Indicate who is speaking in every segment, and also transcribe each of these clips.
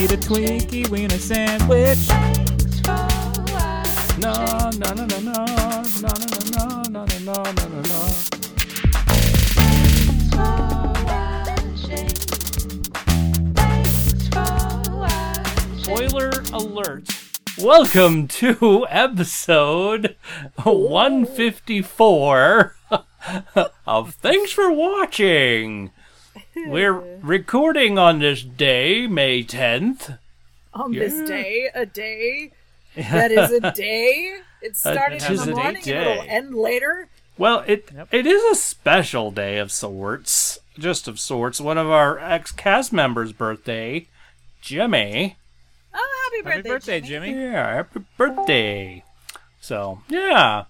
Speaker 1: Eat a Twinkie wiener sandwich. No, no, no, no, no, no, no, no, no, no, no, no, no, no. Spoiler alert. Welcome to episode 154 of Thanks for Watching. We're recording on this day, May 10th.
Speaker 2: on
Speaker 1: Yeah.
Speaker 2: this day, a day that is a day. It started in
Speaker 1: tis
Speaker 2: the
Speaker 1: a
Speaker 2: morning and
Speaker 1: day.
Speaker 2: it'll end later.
Speaker 1: Well, it it is a special day of sorts, just of sorts. One of our ex cast members' birthday, Jimmy.
Speaker 2: Oh, happy birthday, Jimmy.
Speaker 1: Yeah, happy birthday. So, yeah.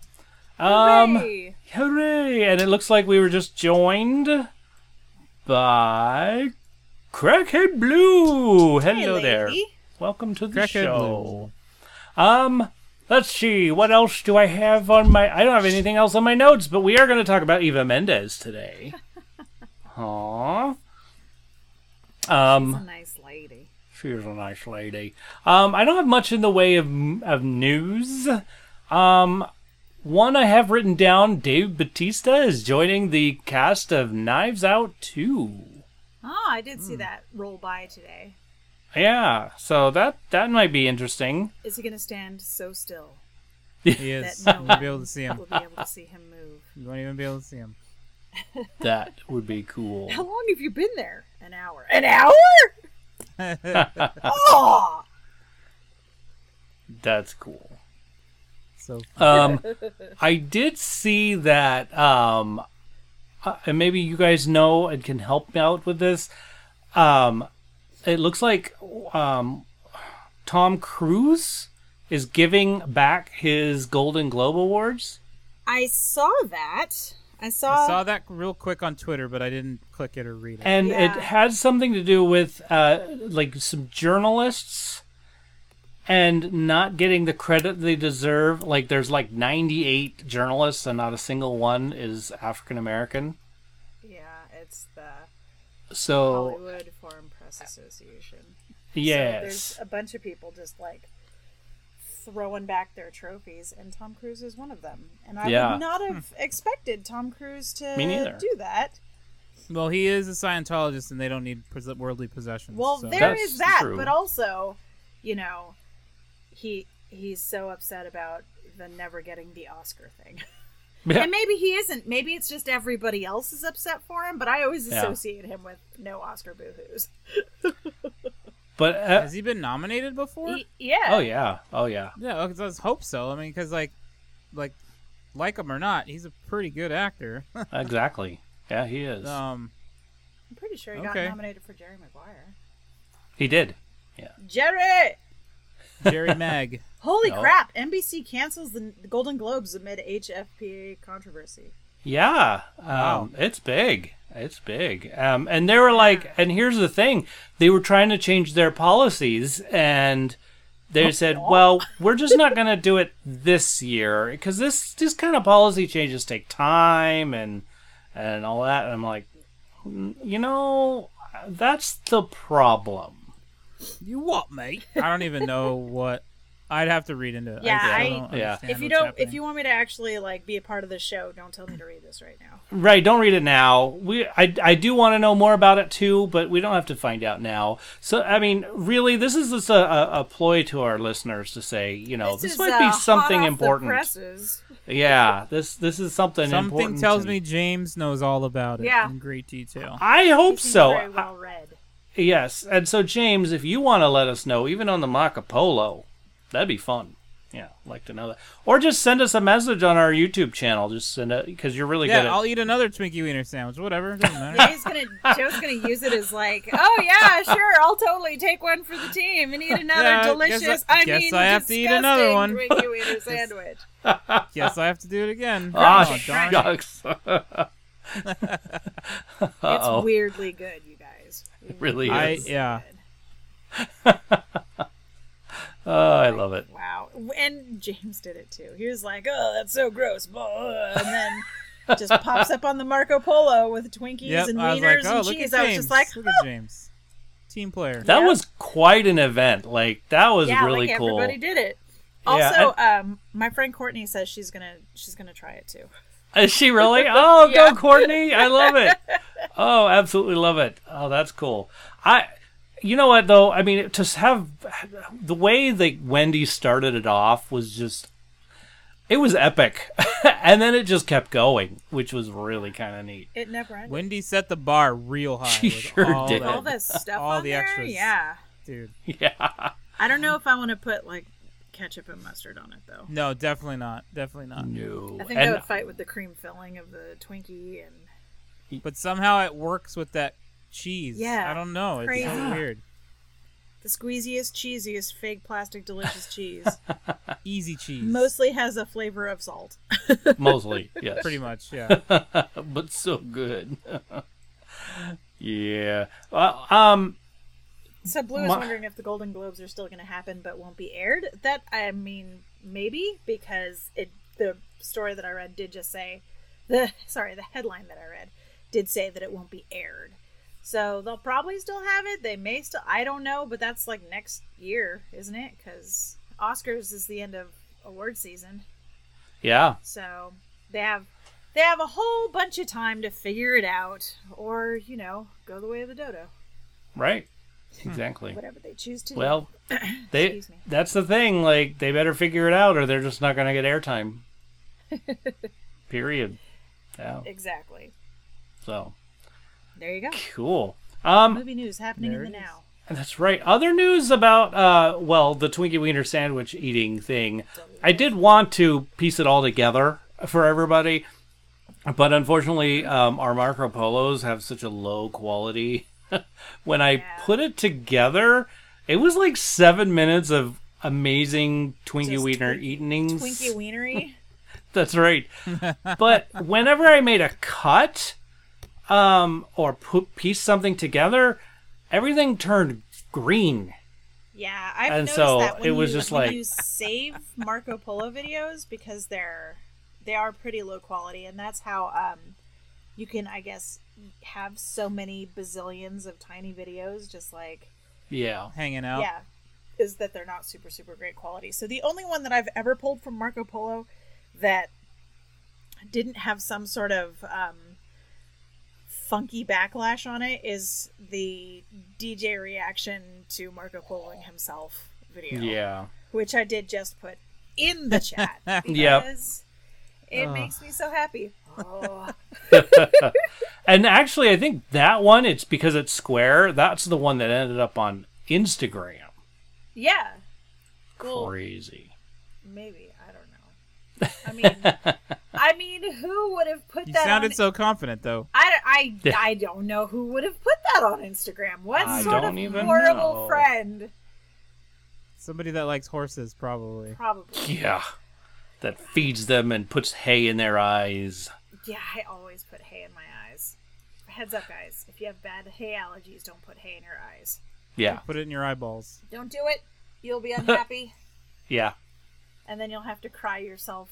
Speaker 1: Um,
Speaker 2: Hooray.
Speaker 1: hooray. And it looks like we were just joined by Crackhead Blue. Hello
Speaker 2: lady.
Speaker 1: there. Welcome to the
Speaker 3: Crackhead
Speaker 1: show. Um, let's see. What else do I have on my? I don't have anything else on my notes, but we are going to talk about Eva Mendes today. Aww. Um,
Speaker 2: nice lady.
Speaker 1: she's a nice lady. Um, I don't have much in the way of of news. Um, one I have written down: Dave Batista is joining the cast of Knives Out Two.
Speaker 2: Oh, I did see that roll by today.
Speaker 1: Yeah, so that that might be interesting.
Speaker 2: Is he going to stand so still
Speaker 3: He is. You
Speaker 2: that no
Speaker 3: won't be able to see him.
Speaker 2: we'll be able to see him move?
Speaker 3: You won't even be able to see him.
Speaker 1: That would be cool.
Speaker 2: How long have you been there? An hour. An hour? oh,
Speaker 1: That's cool.
Speaker 3: So
Speaker 1: Um, I did see that, um, uh, and maybe you guys know and can help me out with this. Um, it looks like um, Tom Cruise is giving back his Golden Globe awards.
Speaker 2: I saw that. I saw.
Speaker 3: I saw that real quick on Twitter, but I didn't click it or read it.
Speaker 1: and it
Speaker 2: Yeah.
Speaker 1: had something to do with uh, like some journalists and not getting the credit they deserve like there's like 98 journalists and not a single one is african american
Speaker 2: Yeah, it's the
Speaker 1: so
Speaker 2: Hollywood Foreign Press Association. So
Speaker 1: Oh. yes
Speaker 2: there's a bunch of people just like throwing back their trophies, and Tom Cruise is one of them. And I
Speaker 1: Yeah.
Speaker 2: would not have expected Tom Cruise to
Speaker 1: Me neither.
Speaker 2: do that.
Speaker 3: Well, he is a Scientologist, and they don't need pos- worldly possessions.
Speaker 2: Well,
Speaker 3: so.
Speaker 2: there
Speaker 1: That's
Speaker 2: is that,
Speaker 1: true.
Speaker 2: but also, you know, he he's so upset about the never getting the Oscar thing.
Speaker 1: Yeah.
Speaker 2: And maybe he isn't. Maybe it's just everybody else is upset for him, but I always
Speaker 1: Yeah.
Speaker 2: associate him with no Oscar boohoos.
Speaker 1: but uh,
Speaker 3: has he been nominated before?
Speaker 2: Y- yeah.
Speaker 1: oh yeah oh yeah
Speaker 3: yeah, okay, let's hope so. I mean, because like, like, like him or not, he's a pretty good actor.
Speaker 1: exactly yeah he is
Speaker 3: um,
Speaker 2: I'm pretty sure he
Speaker 3: Okay.
Speaker 2: got nominated for Jerry Maguire.
Speaker 1: he did
Speaker 2: Jerry!
Speaker 3: Jerry Mag.
Speaker 2: Holy
Speaker 1: No.
Speaker 2: crap! NBC cancels the the Golden Globes amid HFPA controversy.
Speaker 1: Yeah, um,
Speaker 3: Wow.
Speaker 1: it's big. It's big. Um, and they were like, and here's the thing: they were trying to change their policies, and
Speaker 2: Oh,
Speaker 1: they said, "Well, we're just not going to do it this year because this this kind of policy changes take time and and all that." And I'm like, "Mm, you know, that's the problem.
Speaker 3: You what, mate? I don't even know what. I'd have to read into it.
Speaker 2: Yeah,
Speaker 3: I,
Speaker 2: I-
Speaker 3: don't
Speaker 1: Yeah.
Speaker 3: understand
Speaker 2: if you
Speaker 3: what's
Speaker 2: don't,
Speaker 3: happening.
Speaker 2: if you want me to actually like be a part of the show, don't tell me to read this right now.
Speaker 1: Right? Don't read it now. We I I do want to know more about it too, but we don't have to find out now. So I mean, really, this is just a, a, a ploy to our listeners to say, you know, this,
Speaker 2: is,
Speaker 1: might
Speaker 2: uh,
Speaker 1: be
Speaker 2: hot
Speaker 1: something
Speaker 2: off the
Speaker 1: important.
Speaker 2: presses.
Speaker 1: Yeah, this this is something,
Speaker 3: Something
Speaker 1: important.
Speaker 3: tells
Speaker 1: and-
Speaker 3: me James knows all about it
Speaker 2: Yeah.
Speaker 3: in great detail.
Speaker 1: I
Speaker 2: You
Speaker 1: hope
Speaker 2: seem
Speaker 1: so.
Speaker 2: Very well read.
Speaker 1: I- yes, and so James, if you want to let us know, even on the Macapolo, that'd be fun. Yeah, I'd like to know that, or just send us a message on our YouTube channel. Just send it because you're really
Speaker 3: Yeah,
Speaker 1: good. At,
Speaker 3: I'll eat another Twinkie Wiener sandwich. Whatever. Doesn't matter.
Speaker 2: Jay's gonna, Joe's gonna use it as like, oh yeah, sure, I'll totally take one for the team and eat another
Speaker 3: Yeah, I guess I-
Speaker 2: delicious. I,
Speaker 3: guess
Speaker 2: mean,
Speaker 3: I have to eat another
Speaker 2: disgusting
Speaker 3: one.
Speaker 2: Twinkie wiener sandwich.
Speaker 3: Guess I have to do it again.
Speaker 1: Ah,
Speaker 3: Oh, darn it.
Speaker 1: shucks. Uh-oh.
Speaker 2: It's weirdly good, you guys. It
Speaker 1: really
Speaker 3: I
Speaker 1: is.
Speaker 3: yeah.
Speaker 1: Oh, I love it.
Speaker 2: Wow. And James did it too. He was like, oh, that's so gross. blah," And then just pops up on the Marco Polo with Twinkies
Speaker 3: Yep,
Speaker 2: and
Speaker 3: I was like,
Speaker 2: wieners
Speaker 3: oh,
Speaker 2: and
Speaker 3: look at
Speaker 2: cheese.
Speaker 3: James.
Speaker 2: I was just like,
Speaker 3: look at James, team player.
Speaker 1: That
Speaker 2: Yeah.
Speaker 1: was quite an event. Like that was
Speaker 2: yeah,
Speaker 1: really
Speaker 2: like
Speaker 1: cool.
Speaker 2: everybody did it.
Speaker 1: Yeah,
Speaker 2: Also, um, my friend Courtney says she's gonna she's gonna try it too.
Speaker 1: Is she really? Oh, go
Speaker 2: Yeah.
Speaker 1: Courtney! I love it. Oh, absolutely love it. Oh, that's cool. I, you know what though? I mean, to have the way that Wendy started it off was just, it was epic, and then it just kept going, which was really kind of neat.
Speaker 2: It never ended.
Speaker 3: Wendy set the bar real high.
Speaker 1: She
Speaker 3: with
Speaker 1: sure
Speaker 3: all
Speaker 1: did.
Speaker 3: that-
Speaker 2: All this stuff
Speaker 3: all
Speaker 2: on
Speaker 3: the
Speaker 2: there,
Speaker 3: extras.
Speaker 2: yeah.
Speaker 3: dude.
Speaker 1: Yeah,
Speaker 2: I don't know if I want to put like ketchup and mustard on it though.
Speaker 3: No, definitely not. Definitely not.
Speaker 1: no,
Speaker 2: I think I
Speaker 1: and
Speaker 2: would fight with the cream filling of the Twinkie and
Speaker 3: But somehow it works with that cheese.
Speaker 2: Yeah,
Speaker 3: I don't know. It's so
Speaker 2: crazy.
Speaker 3: weird.
Speaker 2: the squeeziest, cheesiest, fake plastic delicious cheese.
Speaker 3: Easy cheese.
Speaker 2: Mostly has a flavor of salt.
Speaker 1: mostly yes,
Speaker 3: pretty much. Yeah.
Speaker 1: but so good. yeah. Well, um.
Speaker 2: So Blue is
Speaker 1: My-
Speaker 2: wondering if the Golden Globes are still going to happen but won't be aired. That I mean, maybe because it the story that I read did just say the sorry the headline that I read did say that it won't be aired. So they'll probably still have it. They may still I don't know, but that's like next year, isn't it? Because Oscars is the end of award season,
Speaker 1: Yeah.
Speaker 2: so they have they have a whole bunch of time to figure it out, or you know, go the way of the dodo,
Speaker 1: Right.
Speaker 2: Hmm.
Speaker 1: Exactly.
Speaker 2: whatever they choose to. do.
Speaker 1: Well, they
Speaker 2: Excuse me.
Speaker 1: that's the thing. Like they better figure it out, or they're just not going to get airtime. Period. Yeah.
Speaker 2: exactly.
Speaker 1: So
Speaker 2: There you go.
Speaker 1: cool. Um,
Speaker 2: Movie news happening
Speaker 3: There
Speaker 2: in the
Speaker 3: it is.
Speaker 2: now.
Speaker 1: that's right. Other news about uh, well, the Twinkie Wiener sandwich eating thing. I did want to piece it all together for everybody, but unfortunately, um, our Marco Polos have such a low quality. when I
Speaker 2: Yeah.
Speaker 1: put it together, it was like seven minutes of amazing Twinkie
Speaker 2: Just
Speaker 1: Wiener
Speaker 2: Twinkie-
Speaker 1: eatings.
Speaker 2: Twinkie Wienery.
Speaker 1: That's right. but whenever I made a cut um, or put piece something together, everything turned green.
Speaker 2: Yeah, I've
Speaker 1: And
Speaker 2: noticed
Speaker 1: so
Speaker 2: that when
Speaker 1: it was
Speaker 2: you,
Speaker 1: just
Speaker 2: when
Speaker 1: like-
Speaker 2: you save Marco Polo videos because they're they are pretty low quality, and that's how um you can I guess have so many bazillions of tiny videos just like
Speaker 1: Yeah.
Speaker 3: Hanging out.
Speaker 2: yeah is that they're not super super great quality. So the only one that I've ever pulled from Marco Polo that didn't have some sort of um, funky backlash on it is the DJ reaction to Marco Poloing himself video,
Speaker 1: Yeah.
Speaker 2: which I did just put in the chat
Speaker 1: Yep.
Speaker 2: because it
Speaker 1: Ugh.
Speaker 2: makes me so happy. Oh,
Speaker 1: And actually, I think that one, it's because it's square, that's the one that ended up on Instagram.
Speaker 2: yeah, cool.
Speaker 1: Crazy.
Speaker 2: Maybe I don't know. I mean, I mean, who would have put
Speaker 3: You
Speaker 2: that?
Speaker 3: sounded
Speaker 2: on
Speaker 3: so confident though.
Speaker 2: I, I,
Speaker 1: Yeah.
Speaker 2: I don't know who would have put that on Instagram. What
Speaker 1: I
Speaker 2: sort of
Speaker 1: don't even
Speaker 2: horrible
Speaker 1: know.
Speaker 2: friend?
Speaker 3: Somebody that likes horses, probably.
Speaker 2: Probably.
Speaker 1: Yeah. That feeds them and puts hay in their eyes.
Speaker 2: Yeah, I always put hay in my eyes. Heads up, guys. If you have bad hay allergies, don't put hay in your eyes.
Speaker 1: Yeah.
Speaker 3: Put it in your eyeballs.
Speaker 2: Don't do it. You'll be unhappy,
Speaker 1: Yeah.
Speaker 2: and then you'll have to cry yourself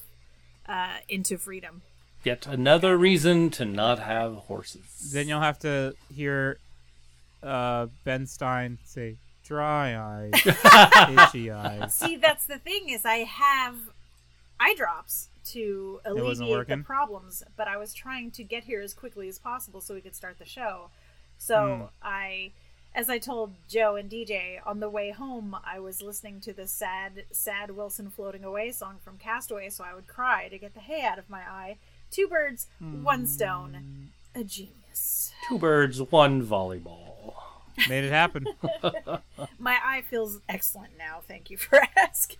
Speaker 2: uh, into freedom.
Speaker 1: Yet another reason to not have horses.
Speaker 3: Then you'll have to hear uh, Ben Stein say, "Dry eyes, itchy eyes."
Speaker 2: See, that's the thing is I have eye drops to
Speaker 3: wasn't
Speaker 2: alleviate the
Speaker 3: working?
Speaker 2: problems, but I was trying to get here as quickly as possible so we could start the show. So
Speaker 3: Hmm.
Speaker 2: I, as I told Joe and DJ on the way home, I was listening to the sad, sad Wilson floating away song from Castaway, so I would cry to get the hay out of my eye. Two birds, one stone,
Speaker 3: Hmm.
Speaker 2: a genius.
Speaker 1: Two birds, one volleyball.
Speaker 3: Made it happen.
Speaker 2: My eye feels excellent now. Thank you for asking.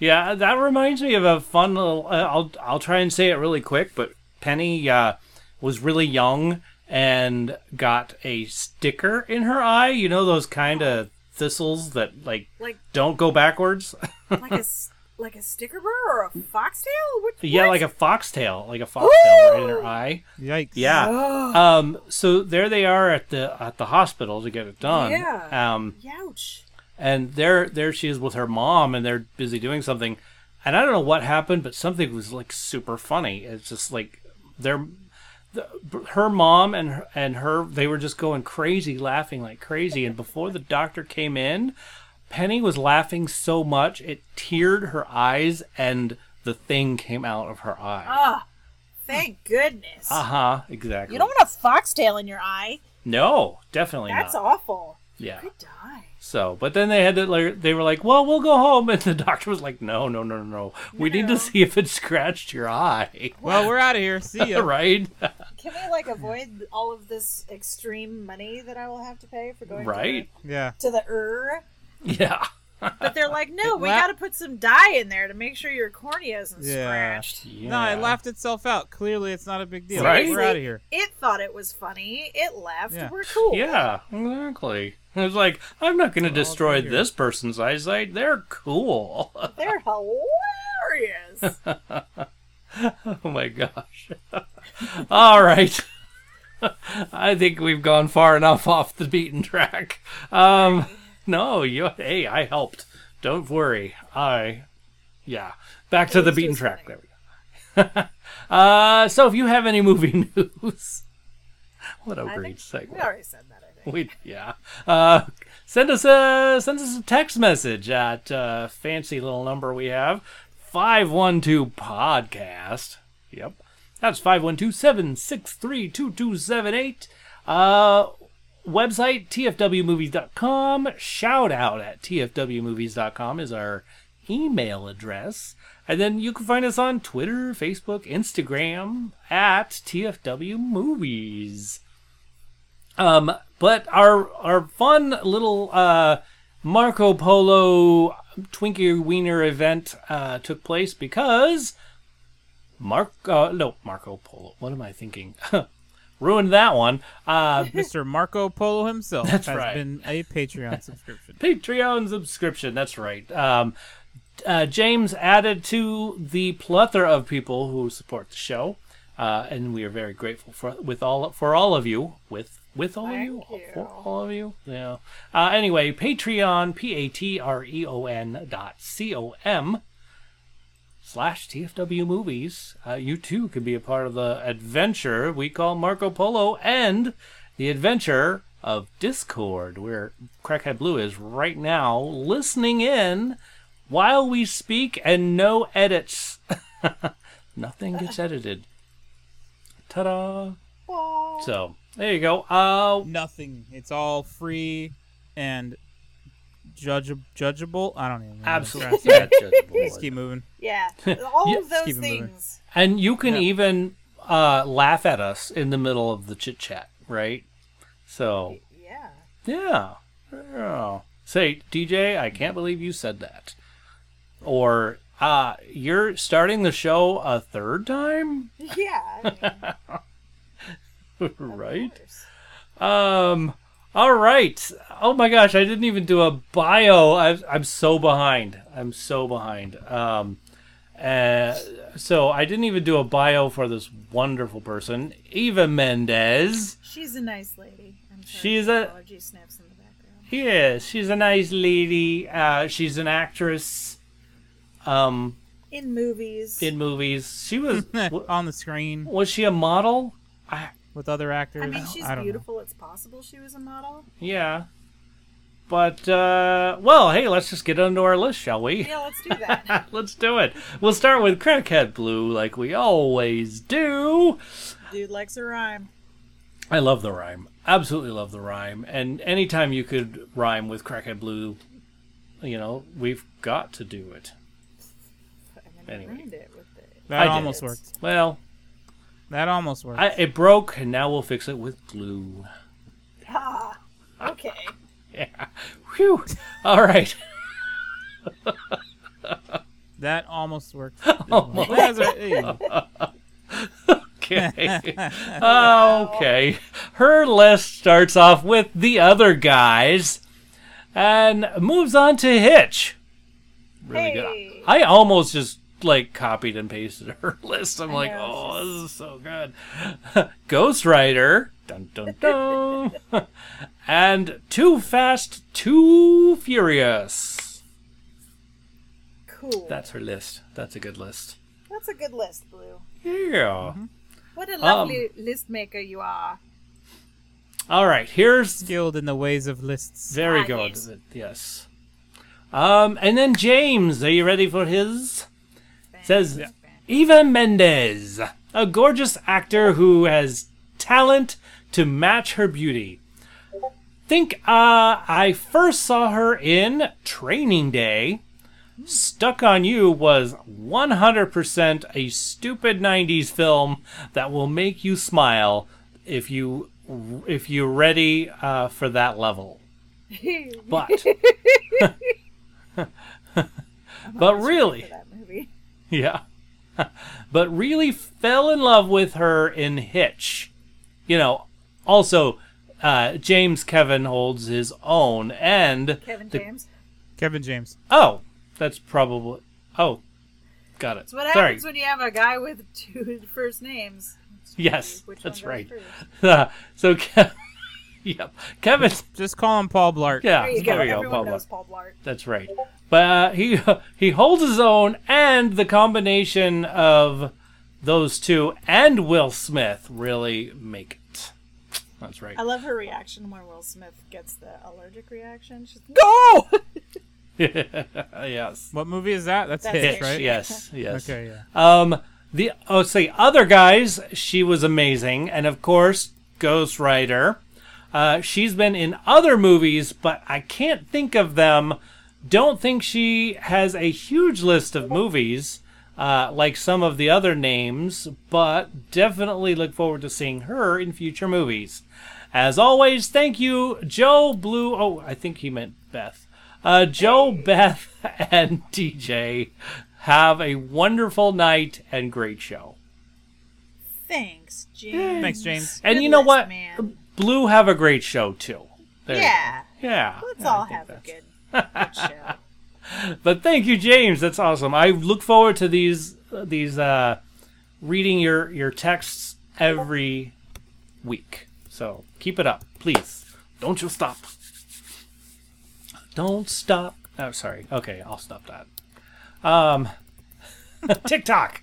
Speaker 1: Yeah, that reminds me of a fun little. Uh, I'll I'll try and say it really quick, but Penny uh, was really young and got a sticker in her eye. You know those kind of thistles that like
Speaker 2: Like
Speaker 1: don't go backwards.
Speaker 2: like a s- like a sticker burr or a foxtail? What,
Speaker 1: yeah,
Speaker 2: what?
Speaker 1: like a foxtail, like a foxtail right in her
Speaker 2: Ooh!
Speaker 1: eye.
Speaker 3: Yikes.
Speaker 1: Yeah. Um. So there they are at the at the hospital to get it done.
Speaker 2: Yeah.
Speaker 1: Um.
Speaker 2: Youch.
Speaker 1: and there there she is with her mom and they're busy doing something and I don't know what happened, but something was like super funny. It's just like their, the, her mom and her, and her they were just going crazy, laughing like crazy. And before the doctor came in, Penny was laughing so much it teared her eyes, and the thing came out of her eye.
Speaker 2: Oh, thank goodness.
Speaker 1: Uh huh. Exactly.
Speaker 2: you don't want a foxtail in your eye.
Speaker 1: No, definitely
Speaker 2: That's
Speaker 1: not.
Speaker 2: awful.
Speaker 1: Yeah.
Speaker 2: Could die.
Speaker 1: So, but then they had to. like, They were like, "Well, we'll go home," and the doctor was like, "No, no, no, no, no. We need
Speaker 2: No.
Speaker 1: to see if it scratched your eye."
Speaker 3: Well, we're out of here. See ya.
Speaker 1: right?
Speaker 2: Can we like avoid all of this extreme money that I will have to pay for going
Speaker 1: Right?
Speaker 3: Yeah.
Speaker 2: to the, to the ER?
Speaker 1: Yeah.
Speaker 2: But they're like, no, we
Speaker 3: Well-
Speaker 2: got to put some dye in there to make sure your cornea isn't
Speaker 3: Yeah.
Speaker 2: scratched.
Speaker 3: No, it laughed itself out. Clearly, it's not a big deal.
Speaker 1: Right?
Speaker 3: We're out of here.
Speaker 2: It thought it was funny. It left.
Speaker 3: Yeah.
Speaker 2: We're cool.
Speaker 1: Yeah, exactly. It was like, I'm not going to destroy
Speaker 3: dear.
Speaker 1: this person's eyesight. They're cool.
Speaker 2: They're hilarious.
Speaker 1: oh my gosh. All right. I think we've gone far enough off the beaten track. Um, no, you. Hey, I helped. Don't worry. I. Yeah. Back to the
Speaker 2: was
Speaker 1: beaten
Speaker 2: just
Speaker 1: track. There
Speaker 2: funny.
Speaker 1: we go. uh, so, if you have any movie news, what a
Speaker 2: I
Speaker 1: great
Speaker 2: think-
Speaker 1: segue.
Speaker 2: we already said that, I think.
Speaker 1: We yeah. Uh, send us a send us a text message at uh, fancy little number we have five one two podcast. Yep, that's five one two seven six three two two seven eight. Uh, website tfwmovies.com. Shout out at tfwmovies.com is our email address. And then you can find us on Twitter, Facebook, Instagram at tfwmovies. Um, but our our fun little uh, Marco Polo Twinkie Wiener event uh, took place because Mark uh, no Marco Polo. What am I thinking? Ruined that one. Uh,
Speaker 3: Mr. Marco Polo himself
Speaker 1: That's
Speaker 3: has
Speaker 1: right.
Speaker 3: been a Patreon subscription.
Speaker 1: Patreon subscription. That's right. Um, uh, James added to the plethora of people who support the show, uh, and we are very grateful for with all for all of you with with all
Speaker 2: Thank
Speaker 1: of you,
Speaker 2: you.
Speaker 1: for all of you. Yeah. Uh, anyway, Patreon p a t r e o n dot c o m slash TFW movies. Uh, you too can be a part of the adventure we call Marco Polo and the adventure of Discord, where Crackhead Blue is right now listening in while we speak and no edits. Nothing gets edited. Ta da!
Speaker 2: Aw.
Speaker 1: So, there you go. Uh,
Speaker 3: Nothing. It's all free and judge judgeable. I don't even know.
Speaker 1: absolutely. not judgeable.
Speaker 3: Just keep moving.
Speaker 2: Yeah. All
Speaker 1: Yeah,
Speaker 2: of
Speaker 1: just
Speaker 2: those
Speaker 3: keep 'em moving.
Speaker 2: things.
Speaker 1: And you can
Speaker 3: Yeah.
Speaker 1: even uh, laugh at us in the middle of the chit chat, right? So
Speaker 2: Yeah.
Speaker 1: yeah. yeah. Say, DJ, I can't believe you said that. Or uh, you're starting the show a third time,
Speaker 2: Yeah. I mean, of
Speaker 1: right?
Speaker 2: course.
Speaker 1: Um. All right. Oh my gosh, I didn't even do a bio. I, I'm so behind. I'm so behind. Um. Uh, so I didn't even do a bio for this wonderful person, Eva Mendez.
Speaker 2: She's a nice lady. I'm sorry
Speaker 1: She's
Speaker 2: for the
Speaker 1: a-
Speaker 2: allergy snaps in the background.
Speaker 1: Yeah, she's a nice lady. Uh, she's an actress. Um,
Speaker 2: In movies.
Speaker 1: in movies, she was w-
Speaker 3: on the screen
Speaker 1: was she a model? I,
Speaker 3: with other actors.
Speaker 2: I mean, she's
Speaker 3: I don't know.
Speaker 2: beautiful. It's possible she was a model.
Speaker 1: yeah. But uh, well, hey, let's just get onto our list, shall we?
Speaker 2: Yeah, let's do that.
Speaker 1: Let's do it. We'll start with Crackhead Blue, like we always do.
Speaker 2: Dude likes a rhyme.
Speaker 1: I love the rhyme. Absolutely love the rhyme. And anytime you could rhyme with Crackhead Blue, you know, we've got to do it.
Speaker 2: And
Speaker 1: Anyway.
Speaker 2: then anyway. ruined it with the
Speaker 3: That
Speaker 1: I did.
Speaker 3: almost worked.
Speaker 1: Well,
Speaker 3: That almost worked.
Speaker 1: I, it broke, and now we'll fix it with glue.
Speaker 2: Ah, okay.
Speaker 1: Yeah. Whew. All right.
Speaker 3: That almost worked.
Speaker 1: Oh
Speaker 3: That's right. Hey.
Speaker 1: Okay. okay. Her list starts off with the other guys and moves on to Hitch. Really
Speaker 2: Hey.
Speaker 1: good. I almost just like copied and pasted her list. I'm like,
Speaker 2: know, it's
Speaker 1: oh, this is so good. Ghost Rider. Dun dun dun. and Too Fast, Too Furious.
Speaker 2: Cool.
Speaker 1: That's her list. That's a good list.
Speaker 2: That's a good list, Blue.
Speaker 1: Yeah.
Speaker 2: Mm-hmm. What a lovely
Speaker 1: Um,
Speaker 2: list maker you are.
Speaker 1: All right. Here's
Speaker 3: skilled in the ways of lists.
Speaker 1: very
Speaker 2: Ah,
Speaker 1: good.
Speaker 2: yes.
Speaker 1: Yes. Um, and then James, are you ready for his? Says Eva Mendes, a gorgeous actor who has talent to match her beauty. Think uh, I first saw her in Training Day. Stuck on You was 100% a stupid 90s film that will make you smile if you if you're ready uh, for that level. But but really,
Speaker 2: For that movie.
Speaker 1: yeah. but really fell in love with her in Hitch. You know, also, uh, James Kevin holds his own, and.
Speaker 2: Kevin
Speaker 1: the-
Speaker 2: James.
Speaker 3: Kevin James.
Speaker 1: Oh, that's probably. Oh, got it.
Speaker 2: That's what
Speaker 1: Sorry.
Speaker 2: happens when you have a guy with two first names. It's
Speaker 1: Yes,
Speaker 2: tricky. Which
Speaker 1: that's
Speaker 2: one goes
Speaker 1: right.
Speaker 2: first?
Speaker 1: so, Ke- yep. Kevin.
Speaker 3: Just call him Paul Blart.
Speaker 1: Yeah,
Speaker 2: There you go.
Speaker 1: Ah, there we go.
Speaker 2: Everyone
Speaker 1: Paul
Speaker 2: knows
Speaker 1: Blart.
Speaker 2: Paul Blart.
Speaker 1: That's right. But uh, he he holds his own, and the combination of those two and Will Smith really make it. That's right.
Speaker 2: I love her reaction when Will Smith gets the allergic reaction. She's go.
Speaker 1: yes.
Speaker 3: What movie is that? That's,
Speaker 2: That's
Speaker 3: Hitch,
Speaker 2: Hitch,
Speaker 3: right?
Speaker 1: Yes. Yes.
Speaker 3: Okay, yeah.
Speaker 1: Um. The oh, say other guys. She was amazing, and of course, Ghost Rider. Uh, she's been in other movies, but I can't think of them. Don't think she has a huge list of movies uh, like some of the other names, but definitely look forward to seeing her in future movies. As always, thank you, Joe Blue. Oh, I think he meant Beth. Uh, Joe, Beth, and DJ. Have a wonderful night and great show.
Speaker 2: Thanks, James.
Speaker 3: Thanks, James.
Speaker 1: And
Speaker 2: Good
Speaker 1: you know
Speaker 2: list,
Speaker 1: what?
Speaker 2: man.
Speaker 1: Blue have a great show too. There you go.
Speaker 2: Yeah.
Speaker 1: Yeah.
Speaker 2: Let's
Speaker 1: Yeah, I
Speaker 2: all
Speaker 1: think
Speaker 2: have a
Speaker 1: that's-
Speaker 2: good, good show.
Speaker 1: But thank you, James. That's awesome. I look forward to these these uh, reading your your texts every week. So keep it up, please. Don't you stop. Don't stop. Oh, sorry. Okay, I'll stop that. Um, TikTok.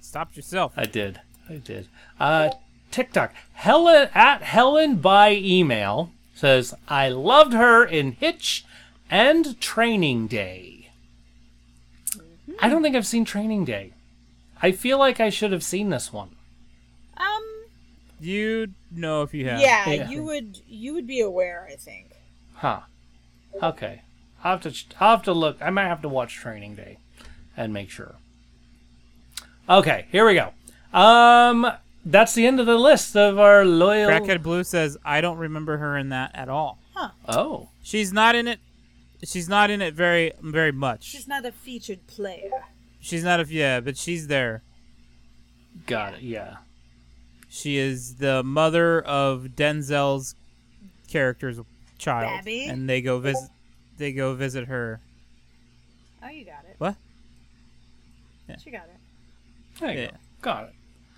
Speaker 3: Stop yourself.
Speaker 1: I did. I did. Uh, TikTok. Helen at Helen by email says, "I loved her in Hitch and Training Day." I don't think I've seen Training Day. I feel like I should have seen this one.
Speaker 2: Um.
Speaker 3: You know if you have.
Speaker 2: Yeah,
Speaker 1: Yeah.
Speaker 2: you would. You would be aware. I think.
Speaker 1: Huh. Okay. I'll have to ch- I'll have to look. I might have to watch Training Day and make sure. Okay, here we go. Um that's the end of the list of our loyal
Speaker 3: Crackhead Blue says, I don't remember her in that at all.
Speaker 1: Oh.
Speaker 3: She's not in it. She's not in it very, very much.
Speaker 2: She's not a featured player.
Speaker 3: She's not a yeah, but she's there.
Speaker 1: Got it. Yeah.
Speaker 3: She is the mother of Denzel's character's child,
Speaker 2: Babby?
Speaker 3: and they go visit. They go visit her.
Speaker 2: Oh, you got it.
Speaker 3: What?
Speaker 2: She got it.
Speaker 1: There you
Speaker 3: Yeah.
Speaker 1: go. Got it.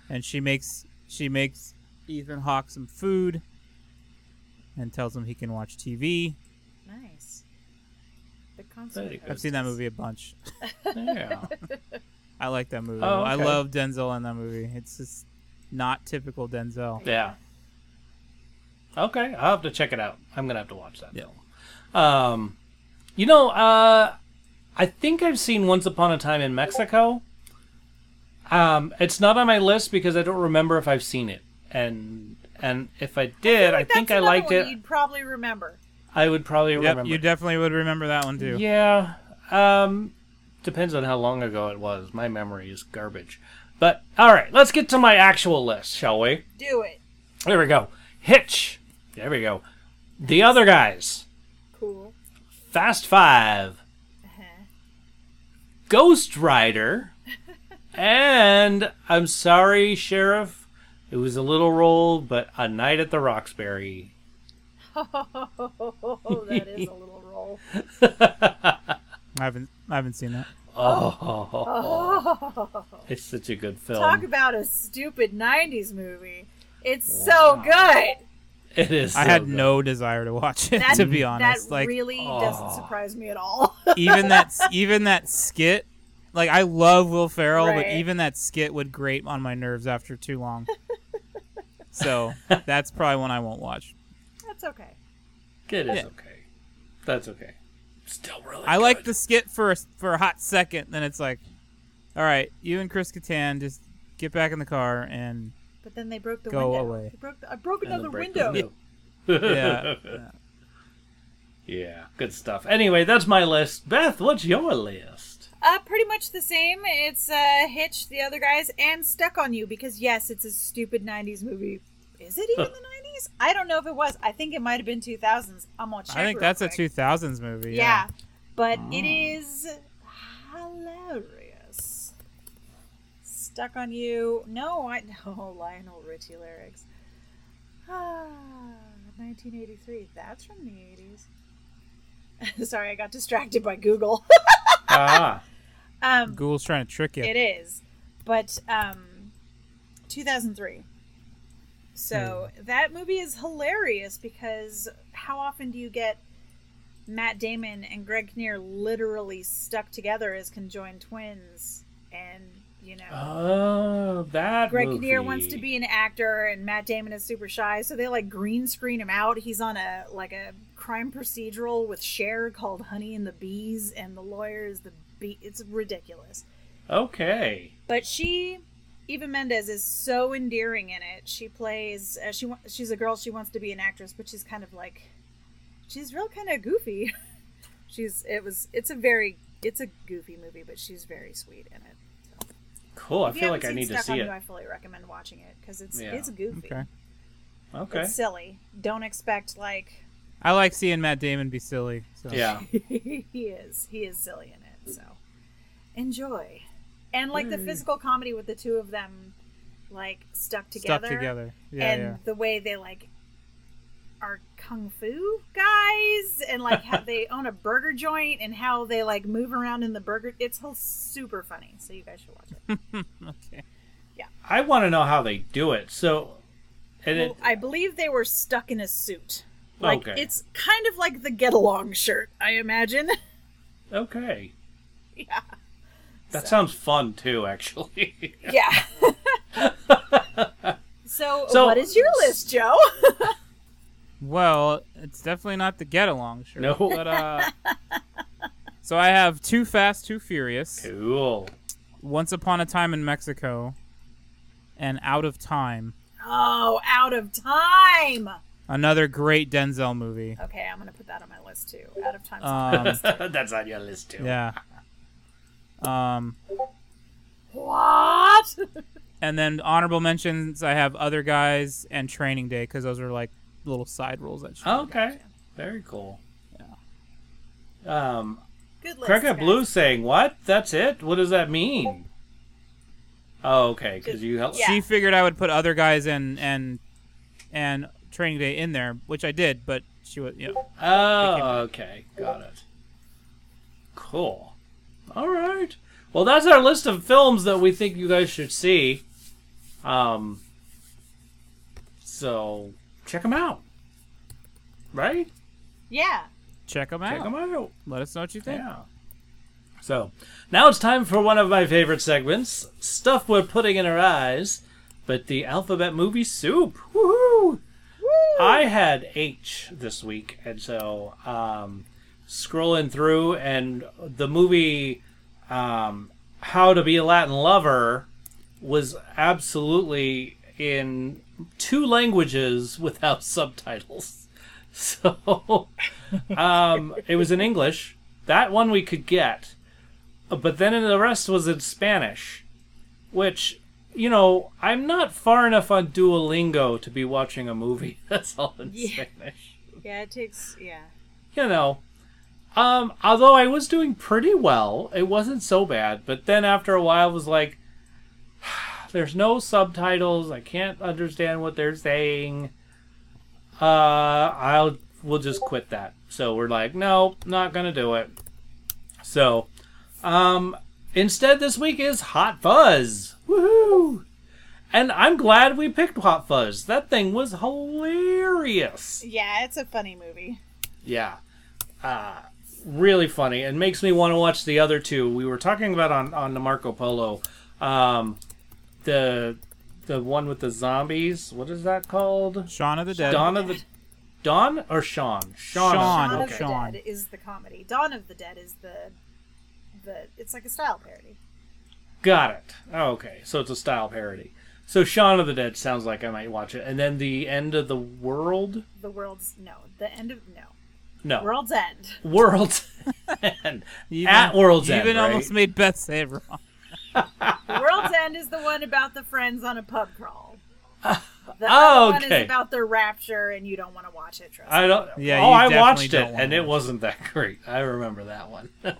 Speaker 3: and she makes she makes Ethan Hawke some food and tells him he can watch TV.
Speaker 2: Nice. The concert.
Speaker 1: Very good.
Speaker 3: I've seen that movie a bunch.
Speaker 1: Yeah.
Speaker 3: I like that movie.
Speaker 1: Oh,
Speaker 3: I
Speaker 1: okay.
Speaker 3: love Denzel in that movie. It's just not typical Denzel.
Speaker 1: yeah. Okay, I'll have to check it out. I'm gonna have to watch that.
Speaker 3: Yeah.
Speaker 1: Um, you know, uh, I think I've seen Once Upon a Time in Mexico. Um, it's not on my list because I don't remember if I've seen it, and and if I did, I,
Speaker 2: That's
Speaker 1: think I
Speaker 2: another
Speaker 1: liked
Speaker 2: one
Speaker 1: it.
Speaker 2: You'd probably remember.
Speaker 1: I would probably
Speaker 3: Yep,
Speaker 1: remember.
Speaker 3: you definitely would remember that one too.
Speaker 1: Yeah. Um, depends on how long ago it was. My memory is garbage. But all right, let's get to my actual list, shall we?
Speaker 2: Do it.
Speaker 1: There we go. Hitch. There we go. The other guys.
Speaker 2: Cool.
Speaker 1: Fast Five.
Speaker 2: Uh-huh.
Speaker 1: Ghost Rider. and I'm sorry, Sheriff. It was a little role, but A Night at the Roxbury.
Speaker 2: Oh, that is a little roll.
Speaker 3: I haven't I haven't seen that.
Speaker 1: Oh,
Speaker 2: Oh,
Speaker 1: it's such a good film.
Speaker 2: talk about a stupid '90s movie. It's so good.
Speaker 1: it is.
Speaker 3: I
Speaker 1: so
Speaker 3: had
Speaker 1: good.
Speaker 3: no desire to watch it
Speaker 2: That,
Speaker 3: to be honest.
Speaker 2: that
Speaker 3: like
Speaker 2: really
Speaker 1: oh.
Speaker 2: doesn't surprise me at all.
Speaker 3: even that even that skit like i love will ferrell but
Speaker 2: Right.
Speaker 3: even that skit would grate on my nerves after too long so that's probably one i won't watch
Speaker 2: That's okay.
Speaker 1: It is
Speaker 3: Yeah.
Speaker 1: okay. That's okay. Still really.
Speaker 3: i like
Speaker 1: good.
Speaker 3: the skit for a, for a hot second then it's like all right you and chris Kattan just get back in the car and
Speaker 2: But then they broke the
Speaker 3: Go
Speaker 2: window.
Speaker 3: away.
Speaker 2: They broke the, I broke
Speaker 1: And the
Speaker 2: another
Speaker 1: break
Speaker 2: window.
Speaker 3: yeah
Speaker 1: yeah, good stuff. Anyway, that's my list. Beth, what's your list?
Speaker 2: Uh, pretty much the same. It's uh, Hitch, the other guys, and Stuck on You because yes, it's a stupid '90s movie. Is it even the '90s? I don't know if it was. I think it might have been 2000s. I'm gonna check.
Speaker 3: i think
Speaker 2: real
Speaker 3: that's a
Speaker 2: quick.
Speaker 3: 2000s movie
Speaker 2: Yeah, but it is hilarious. Stuck on you? No, I no Lionel Richie lyrics. Ah, 1983. That's from the 80s. Sorry, I got distracted by Google.
Speaker 1: Ah,
Speaker 2: um,
Speaker 3: Google's trying to trick you.
Speaker 2: it is, but um, 2003. So
Speaker 1: Hmm.
Speaker 2: that movie is hilarious because how often do you get Matt Damon and Greg Kinnear literally stuck together as conjoined twins? And you know,
Speaker 1: oh, that.
Speaker 2: Greg
Speaker 1: movie.
Speaker 2: Kinnear wants to be an actor, and Matt Damon is super shy, so they like green screen him out. He's on a like a crime procedural with Cher called Honey and the Bees, and the lawyer is the bee. It's ridiculous.
Speaker 1: Okay.
Speaker 2: But she, Eva Mendes, is so endearing in it. She plays uh, she wa- she's a girl. She wants to be an actress, but she's kind of like, she's real kind of goofy. she's it was it's a very it's a goofy movie, but she's very sweet in it.
Speaker 1: Cool. I
Speaker 2: If you
Speaker 1: feel
Speaker 2: haven't
Speaker 1: like I
Speaker 2: seen
Speaker 1: need to
Speaker 2: Stuck
Speaker 1: see
Speaker 2: on
Speaker 1: it.
Speaker 2: You, I fully recommend watching it because it's
Speaker 1: Yeah.
Speaker 2: it's goofy.
Speaker 3: Okay.
Speaker 1: Okay.
Speaker 2: It's silly. Don't expect like
Speaker 3: I like seeing Matt Damon be silly. So.
Speaker 1: Yeah.
Speaker 2: he is he is silly in it. So enjoy, and like the
Speaker 1: Mm.
Speaker 2: physical comedy with the two of them, like stuck together.
Speaker 3: Stuff together. Yeah,
Speaker 2: and the way they like are kung fu guys and like how they own a burger joint and how they like move around in the burger it's all super funny so you guys should watch it
Speaker 3: yeah. Okay.
Speaker 1: I want to know how they do it. So, and it,
Speaker 2: Well, i believe they were stuck in a suit like
Speaker 1: Okay.
Speaker 2: it's kind of like the get along shirt i imagine
Speaker 1: okay.
Speaker 2: yeah
Speaker 1: That sounds fun too, actually.
Speaker 2: yeah so,
Speaker 1: So-
Speaker 2: what is your list joe
Speaker 3: Well, it's definitely not the get along shirt.
Speaker 1: No.
Speaker 3: But uh So I have Too Fast, Too Furious,
Speaker 1: cool.
Speaker 3: Once Upon a Time in Mexico, and Out of Time.
Speaker 2: oh out of time
Speaker 3: Another great Denzel movie.
Speaker 2: okay i'm gonna put that on my list too out of time
Speaker 3: Um,
Speaker 1: That's on your list too.
Speaker 3: yeah. Um
Speaker 2: what
Speaker 3: and then honorable mentions I have Other Guys and Training Day cuz those are like little side roles that she
Speaker 1: Okay. Very cool. Yeah. Um,
Speaker 2: good list
Speaker 1: Cracker
Speaker 2: guys.
Speaker 1: Blue saying what? That's it? What does that mean? Oh, okay. Because you helped.
Speaker 2: Yeah.
Speaker 3: she figured I would put other guys and and and training day in there, which I did, but she was you know
Speaker 1: Oh, okay. Got it. Cool. All right. Well, that's our list of films that we think you guys should see. Um, so check them out. Right?
Speaker 2: yeah
Speaker 3: check them out.
Speaker 1: Check them out.
Speaker 3: Let us know what you think.
Speaker 1: Yeah. So now it's time for one of my favorite segments stuff we're putting in our eyes, but the alphabet movie soup. Woohoo! I had H this week, and so um, scrolling through, and the movie um, How to Be a Latin Lover was absolutely in two languages without subtitles. So um, it was in English. That one we could get, uh, but then the rest was in Spanish, which you know I'm not far enough on Duolingo to be watching a movie that's all in
Speaker 2: Yeah.
Speaker 1: Spanish.
Speaker 2: Yeah, it takes. Yeah.
Speaker 1: You know, um, although I was doing pretty well, it wasn't so bad. But then after a while, I was like, there's no subtitles. I can't understand what they're saying. Uh, I'll we'll just quit that. So we're like, no, not gonna do it. So, um, instead this week is Hot Fuzz. Woohoo! And I'm glad we picked Hot Fuzz. That thing was hilarious.
Speaker 2: Yeah, it's a funny movie.
Speaker 1: Yeah. Uh, really funny and makes me want to watch the other two we were talking about on on the Marco Polo. Um, the the one with the zombies. What is that called?
Speaker 3: Shaun of the Dead.
Speaker 1: Dawn of the Dawn or Sean? Shaun.
Speaker 3: Shaun.
Speaker 2: Dawn of
Speaker 3: okay.
Speaker 2: the
Speaker 3: Shaun.
Speaker 2: Dead is the comedy. Dawn of the Dead is the the it's like a style parody.
Speaker 1: Got it. Oh, okay, so it's a style parody. So Shaun of the Dead sounds like I might watch it. And then the end of the world.
Speaker 2: The world's no, the end of no.
Speaker 1: No,
Speaker 2: World's End.
Speaker 1: World's End.
Speaker 3: You
Speaker 1: At
Speaker 3: even-
Speaker 1: World's
Speaker 3: you
Speaker 1: End,
Speaker 3: even
Speaker 1: right?
Speaker 3: almost made Beth say it wrong.
Speaker 2: The World's End is the one about the friends on a pub crawl. The
Speaker 1: oh,
Speaker 2: other one
Speaker 1: okay.
Speaker 2: is about the rapture, and you don't want to watch it. Trust me.
Speaker 1: I don't.
Speaker 3: Yeah,
Speaker 1: oh,
Speaker 3: you
Speaker 1: I
Speaker 3: definitely
Speaker 1: watched
Speaker 3: don't
Speaker 1: it,
Speaker 3: wanna
Speaker 1: and it
Speaker 3: watch
Speaker 1: wasn't that great. I remember that one. Ugh,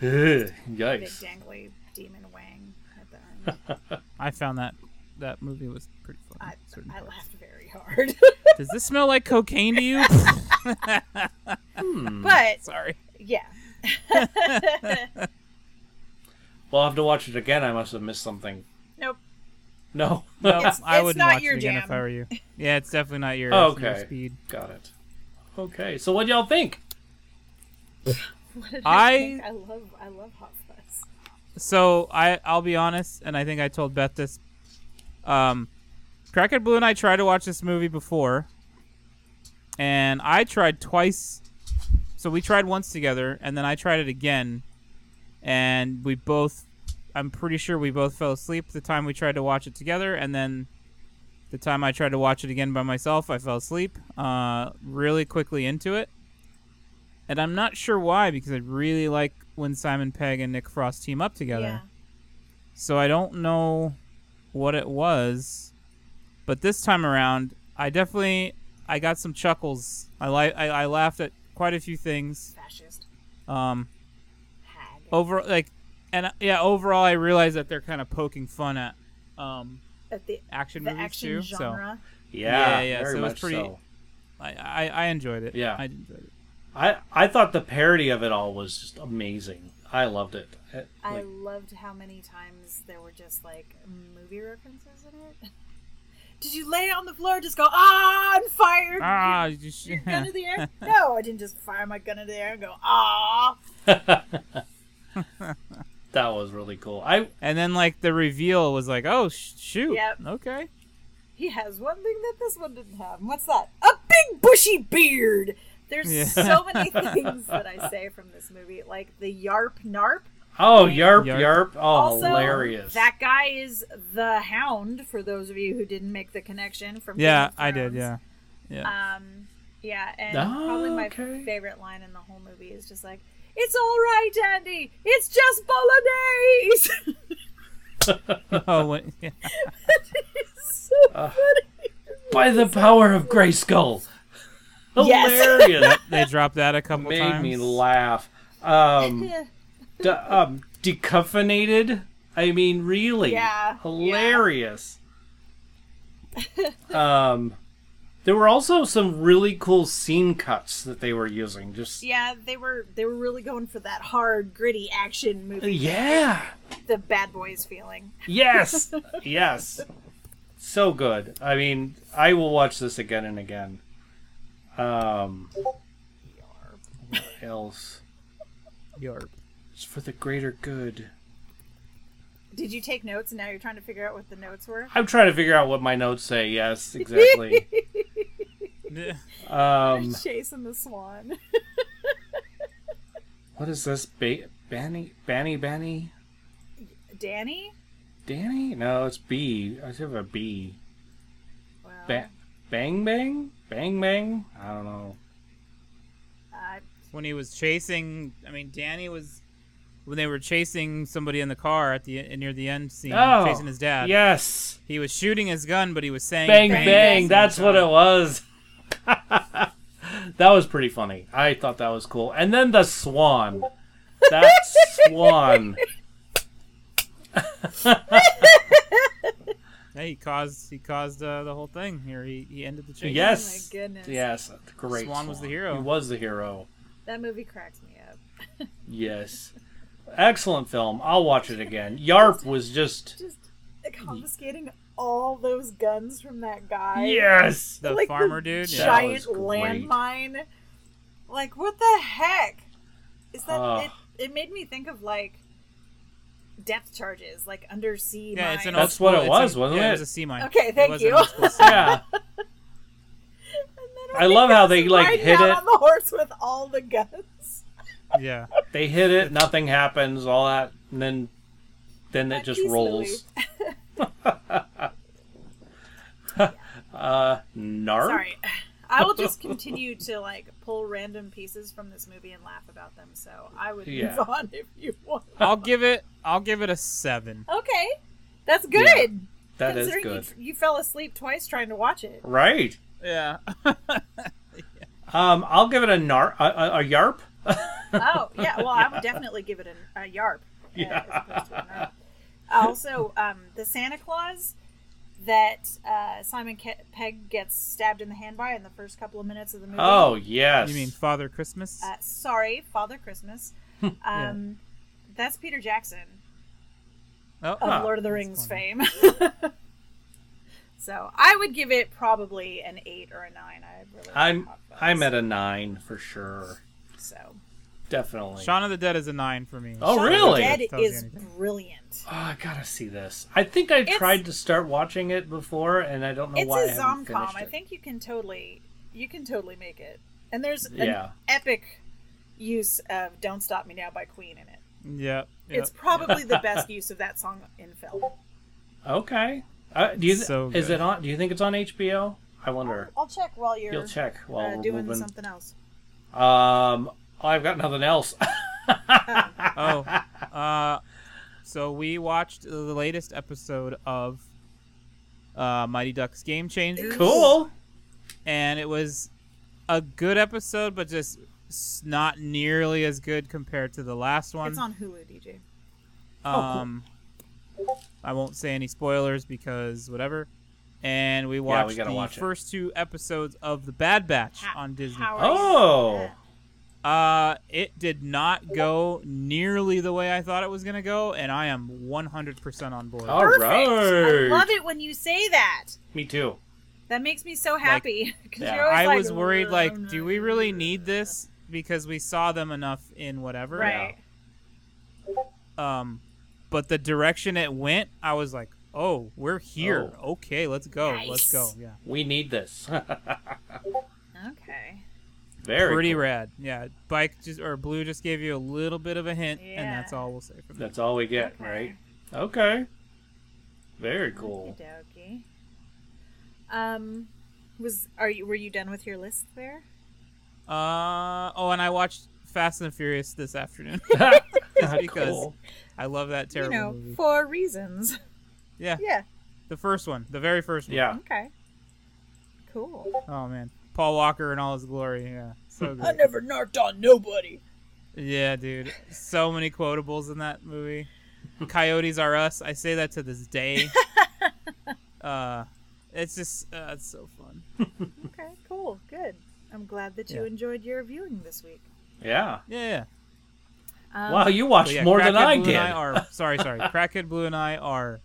Speaker 2: Big
Speaker 1: Yikes.
Speaker 2: dangly demon wang at the end.
Speaker 3: I found that that movie was pretty funny.
Speaker 2: I,
Speaker 3: in certain
Speaker 2: I
Speaker 3: parts.
Speaker 2: laughed very hard,
Speaker 3: Does this smell like cocaine to you?
Speaker 2: but
Speaker 3: Sorry.
Speaker 2: yeah,
Speaker 1: Well, I'll have to watch it again. I must have missed something.
Speaker 2: nope.
Speaker 1: No.
Speaker 2: It's-
Speaker 3: I
Speaker 2: it's
Speaker 3: wouldn't
Speaker 2: not
Speaker 3: watch
Speaker 2: your
Speaker 3: it again
Speaker 2: jam.
Speaker 3: if I were you. Yeah, it's definitely not your,
Speaker 1: Oh,
Speaker 3: it's your
Speaker 1: okay.
Speaker 3: speed.
Speaker 1: Got it. Okay, so what y'all think?
Speaker 2: What did
Speaker 3: I-
Speaker 2: think? I love I love Hot Fuzz.
Speaker 3: So I I'll be honest, and I think I told Beth this. Um, Crackhead Blue and I tried to watch this movie before, and I tried twice. So we tried once together, and then I tried it again, and we both. I'm pretty sure we both fell asleep the time we tried to watch it together, and then the time I tried to watch it again by myself, I fell asleep uh, really quickly into it. And I'm not sure why, because I really like when Simon Pegg and Nick Frost team up together.
Speaker 2: Yeah,
Speaker 3: So I don't know what it was, but this time around, I definitely I got some chuckles. I li- I, I laughed at quite a few things.
Speaker 2: fascist
Speaker 3: Um,
Speaker 2: hag.
Speaker 3: over like, and uh, yeah, overall, I realized that they're kind of poking fun at um
Speaker 2: At the
Speaker 3: action
Speaker 2: the
Speaker 3: movies
Speaker 2: action
Speaker 3: too.
Speaker 2: genre.
Speaker 1: Yeah,
Speaker 3: Yeah, yeah,
Speaker 1: very
Speaker 3: so it was
Speaker 1: much
Speaker 3: pretty-
Speaker 1: so.
Speaker 3: So I, I I enjoyed it.
Speaker 1: Yeah.
Speaker 3: I enjoyed it.
Speaker 1: I I thought the parody of it all was just amazing. I loved it. Eh, It-
Speaker 2: I
Speaker 1: like-
Speaker 2: loved how many times there were just like movie references in it. Did you lay on the floor and just go ah and fire
Speaker 3: Ah,
Speaker 2: your,
Speaker 3: you sh-
Speaker 2: your gun in the air? No, I didn't just fire my gun in the air and go ah.
Speaker 1: that was really cool. I
Speaker 3: and then like the reveal was like, oh sh- shoot,
Speaker 2: Yep.
Speaker 3: okay.
Speaker 2: He has one thing that this one didn't have. And What's that? A big bushy beard. There's
Speaker 3: Yeah.
Speaker 2: so many things that I say from this movie, like the yarp narp.
Speaker 1: oh yarp yarp,
Speaker 3: Yarp.
Speaker 1: oh
Speaker 2: also,
Speaker 1: hilarious.
Speaker 2: that guy is the hound. For those of you who didn't make the connection from Game
Speaker 3: Yeah,
Speaker 2: of
Speaker 3: I did.
Speaker 2: Thrones.
Speaker 3: Yeah, yeah.
Speaker 2: Um, yeah, and
Speaker 1: Ah,
Speaker 2: probably my
Speaker 1: okay.
Speaker 2: favorite line in the whole movie is just like, "It's all right, Andy. It's just bolognese." Um,
Speaker 3: oh, when, yeah.
Speaker 2: It's so
Speaker 1: Uh. By the power of Grayskull.
Speaker 2: Yes.
Speaker 1: Hilarious.
Speaker 3: they dropped that a couple
Speaker 1: Made
Speaker 3: times.
Speaker 1: me laugh. Um,
Speaker 2: funny.
Speaker 1: d- um, decaffeinated. I mean, really,
Speaker 2: Yeah,
Speaker 1: hilarious. um, there were also some really cool scene cuts that they were using. Just
Speaker 2: yeah, they were they were really going for that hard, gritty action movie,
Speaker 1: yeah,
Speaker 2: the bad boys feeling.
Speaker 1: yes, yes, so good. I mean, I will watch this again and again. Um, what else?
Speaker 3: Yarp.
Speaker 1: It's for the greater good.
Speaker 2: Did you take notes, and now you're trying to figure out what the notes were?
Speaker 1: I'm trying to figure out what my notes say. Yes, exactly. Um,
Speaker 2: Chasing the swan.
Speaker 1: what is this? Ba- Banny, Banny, Banny,
Speaker 2: Danny.
Speaker 1: Danny? No, it's B. I should have a B.
Speaker 2: Well,
Speaker 1: Ba- bang, bang, bang, bang. I don't know.
Speaker 2: uh,
Speaker 3: when he was chasing, I mean, Danny was when they were chasing somebody in the car at the near the end scene,
Speaker 1: Oh,
Speaker 3: chasing his dad.
Speaker 1: Yes,
Speaker 3: he was shooting his gun, but he was saying
Speaker 1: bang, bang.
Speaker 2: bang, bang.
Speaker 1: That's what it was. that was pretty funny. I thought that was cool. And then the swan. That swan.
Speaker 3: Yeah, he caused he caused uh, the whole thing here. He he ended the chase.
Speaker 1: Yes.
Speaker 2: Oh my goodness.
Speaker 1: Yes. Great.
Speaker 3: Swan was the hero.
Speaker 1: He was the hero.
Speaker 2: that movie cracks me up.
Speaker 1: Yes. Excellent film. I'll watch it again. Yarp was just
Speaker 2: Just confiscating all those guns from that guy.
Speaker 1: yes.
Speaker 3: the
Speaker 2: Like
Speaker 3: farmer
Speaker 2: the
Speaker 3: dude. Yeah.
Speaker 1: shot-
Speaker 2: Giant
Speaker 1: That was great.
Speaker 2: landmine. Like what the heck? Is that
Speaker 1: Ugh.
Speaker 2: it? It made me think of like depth charges, like undersea.
Speaker 3: Yeah, it's an
Speaker 2: mines.
Speaker 1: That's
Speaker 3: old
Speaker 1: what it
Speaker 3: school-
Speaker 1: was,
Speaker 3: it's a,
Speaker 1: wasn't
Speaker 3: yeah,
Speaker 1: it?
Speaker 3: It was a sea mine.
Speaker 2: Okay,
Speaker 3: It
Speaker 2: thank
Speaker 3: was an
Speaker 2: you.
Speaker 3: old school sea-
Speaker 1: Yeah.
Speaker 2: And then
Speaker 1: I love how they,
Speaker 2: was
Speaker 1: like,
Speaker 2: riding
Speaker 1: hit
Speaker 2: out
Speaker 1: it.
Speaker 2: on the horse with all the guns.
Speaker 3: yeah.
Speaker 1: they hit it, nothing happens, all that, and then then it just
Speaker 2: Peace,
Speaker 1: rolls.
Speaker 2: Lily.
Speaker 1: Uh, narp.
Speaker 2: Sorry, I will just continue to like pull random pieces from this movie and laugh about them. So I would
Speaker 1: Yeah.
Speaker 2: move on if you want.
Speaker 3: I'll give it. I'll give it a seven.
Speaker 2: Okay, that's good.
Speaker 1: Yeah, That is
Speaker 2: Considering
Speaker 1: good.
Speaker 2: You, you fell asleep twice trying to watch it.
Speaker 1: Right.
Speaker 3: Yeah.
Speaker 1: Um, I'll give it a nar a, a, a yarp.
Speaker 2: Oh yeah, well I would definitely give it a, a yarp. uh,
Speaker 1: Yeah.
Speaker 2: as opposed to a narp. also, um, the Santa Claus that uh, Simon Ke- Pegg gets stabbed in the hand by in the first couple of minutes of the movie.
Speaker 1: Oh yes.
Speaker 3: You mean Father Christmas?
Speaker 2: Uh, sorry, Father Christmas. Um, That's Peter Jackson.
Speaker 3: oh,
Speaker 2: of
Speaker 1: Ah,
Speaker 2: Lord of the
Speaker 3: that's
Speaker 2: Rings
Speaker 3: funny.
Speaker 2: fame. so I would give it probably an eight or a nine. I really like
Speaker 1: I'm
Speaker 2: Hot Fuzz,
Speaker 1: I'm at a nine for sure.
Speaker 2: so.
Speaker 1: Definitely.
Speaker 3: Shaun of the Dead is a nine for me.
Speaker 1: Oh,
Speaker 2: Shaun of the
Speaker 1: really?
Speaker 2: Dead
Speaker 3: Tells you
Speaker 2: is
Speaker 3: anything.
Speaker 2: brilliant.
Speaker 1: Oh, I gotta see this. I think I
Speaker 2: It's-
Speaker 1: tried to start watching it before, and I don't know why I
Speaker 2: It's a
Speaker 1: haven't
Speaker 2: zom
Speaker 1: finished
Speaker 2: com. I
Speaker 1: it.
Speaker 2: think you can totally you can totally make it. And there's an
Speaker 1: Yeah.
Speaker 2: epic use of "Don't Stop Me Now" by Queen in it.
Speaker 3: Yeah.
Speaker 2: It's probably the best use of that song in film.
Speaker 1: Okay. Uh, do you th-
Speaker 3: So
Speaker 1: is
Speaker 3: good.
Speaker 1: it on? Do you think it's on HBO? I wonder.
Speaker 2: I'll check while you're
Speaker 1: You'll check while
Speaker 2: Oh, uh,
Speaker 1: we're
Speaker 2: doing
Speaker 1: moving.
Speaker 2: something else.
Speaker 1: Um, I've got nothing else.
Speaker 3: oh. Uh, so we watched the latest episode of uh, Mighty Ducks Game Changers.
Speaker 1: cool.
Speaker 3: and it was a good episode, but just s- not nearly as good compared to the last one.
Speaker 2: It's on Oh, Hulu, DJ.
Speaker 3: Um, I won't say any spoilers because whatever. And we
Speaker 1: we
Speaker 3: watched
Speaker 1: gotta
Speaker 3: the
Speaker 1: watch it.
Speaker 3: first two episodes of The Bad Batch
Speaker 2: How-
Speaker 3: on Disney.
Speaker 2: how are you-
Speaker 1: Oh,
Speaker 3: Uh, it did not go nearly the way I thought it was gonna go, and I am 100% on board.
Speaker 1: all
Speaker 2: Perfect.
Speaker 1: right.
Speaker 2: I love it when you say that.
Speaker 1: Me too.
Speaker 2: That makes me so happy. 'cause
Speaker 1: Yeah.
Speaker 2: you're always
Speaker 3: I
Speaker 2: like,
Speaker 3: was worried, like,
Speaker 2: "Mm,
Speaker 3: do we really need this? Because we saw them enough in whatever.
Speaker 2: Right.
Speaker 3: Um, but the direction it went, I was like, oh, we're here.
Speaker 1: Oh.
Speaker 3: Okay, let's go. Let's
Speaker 2: Nice.
Speaker 3: go. Yeah.
Speaker 1: We need this.
Speaker 2: Okay.
Speaker 1: Very
Speaker 3: pretty
Speaker 1: cool.
Speaker 3: rad. Yeah, Bike just or Blue just gave you a little bit of a hint, and
Speaker 2: Yeah.
Speaker 3: that's all we'll say from that.
Speaker 1: That's all we get,
Speaker 2: Okay.
Speaker 1: right? Okay. Very cool.
Speaker 2: Okey-dokey. Um, was are you were you done with your list there?
Speaker 3: Uh oh, and I watched Fast and the Furious this afternoon. because-
Speaker 1: cool.
Speaker 3: I love that terrible
Speaker 2: you know,
Speaker 3: movie.
Speaker 2: for reasons.
Speaker 3: Yeah.
Speaker 2: Yeah.
Speaker 3: The first one, the very first one.
Speaker 1: Yeah.
Speaker 2: Okay. Cool.
Speaker 3: Oh man, Paul Walker in all his glory. Yeah, so good.
Speaker 2: never narked on nobody.
Speaker 3: Yeah, dude, so many quotables in that movie. Coyotes are us. I say that to this day. uh, it's just uh, it's so fun.
Speaker 2: Okay. Cool. Good. I'm glad that you
Speaker 3: Yeah.
Speaker 2: enjoyed your viewing this week.
Speaker 1: Yeah.
Speaker 3: Yeah.
Speaker 2: Um,
Speaker 1: Wow, you watched
Speaker 3: But yeah,
Speaker 1: more than
Speaker 3: Crackhead
Speaker 1: I
Speaker 3: Blue
Speaker 1: did.
Speaker 3: And I are, sorry, sorry. Crackhead Blue and I are.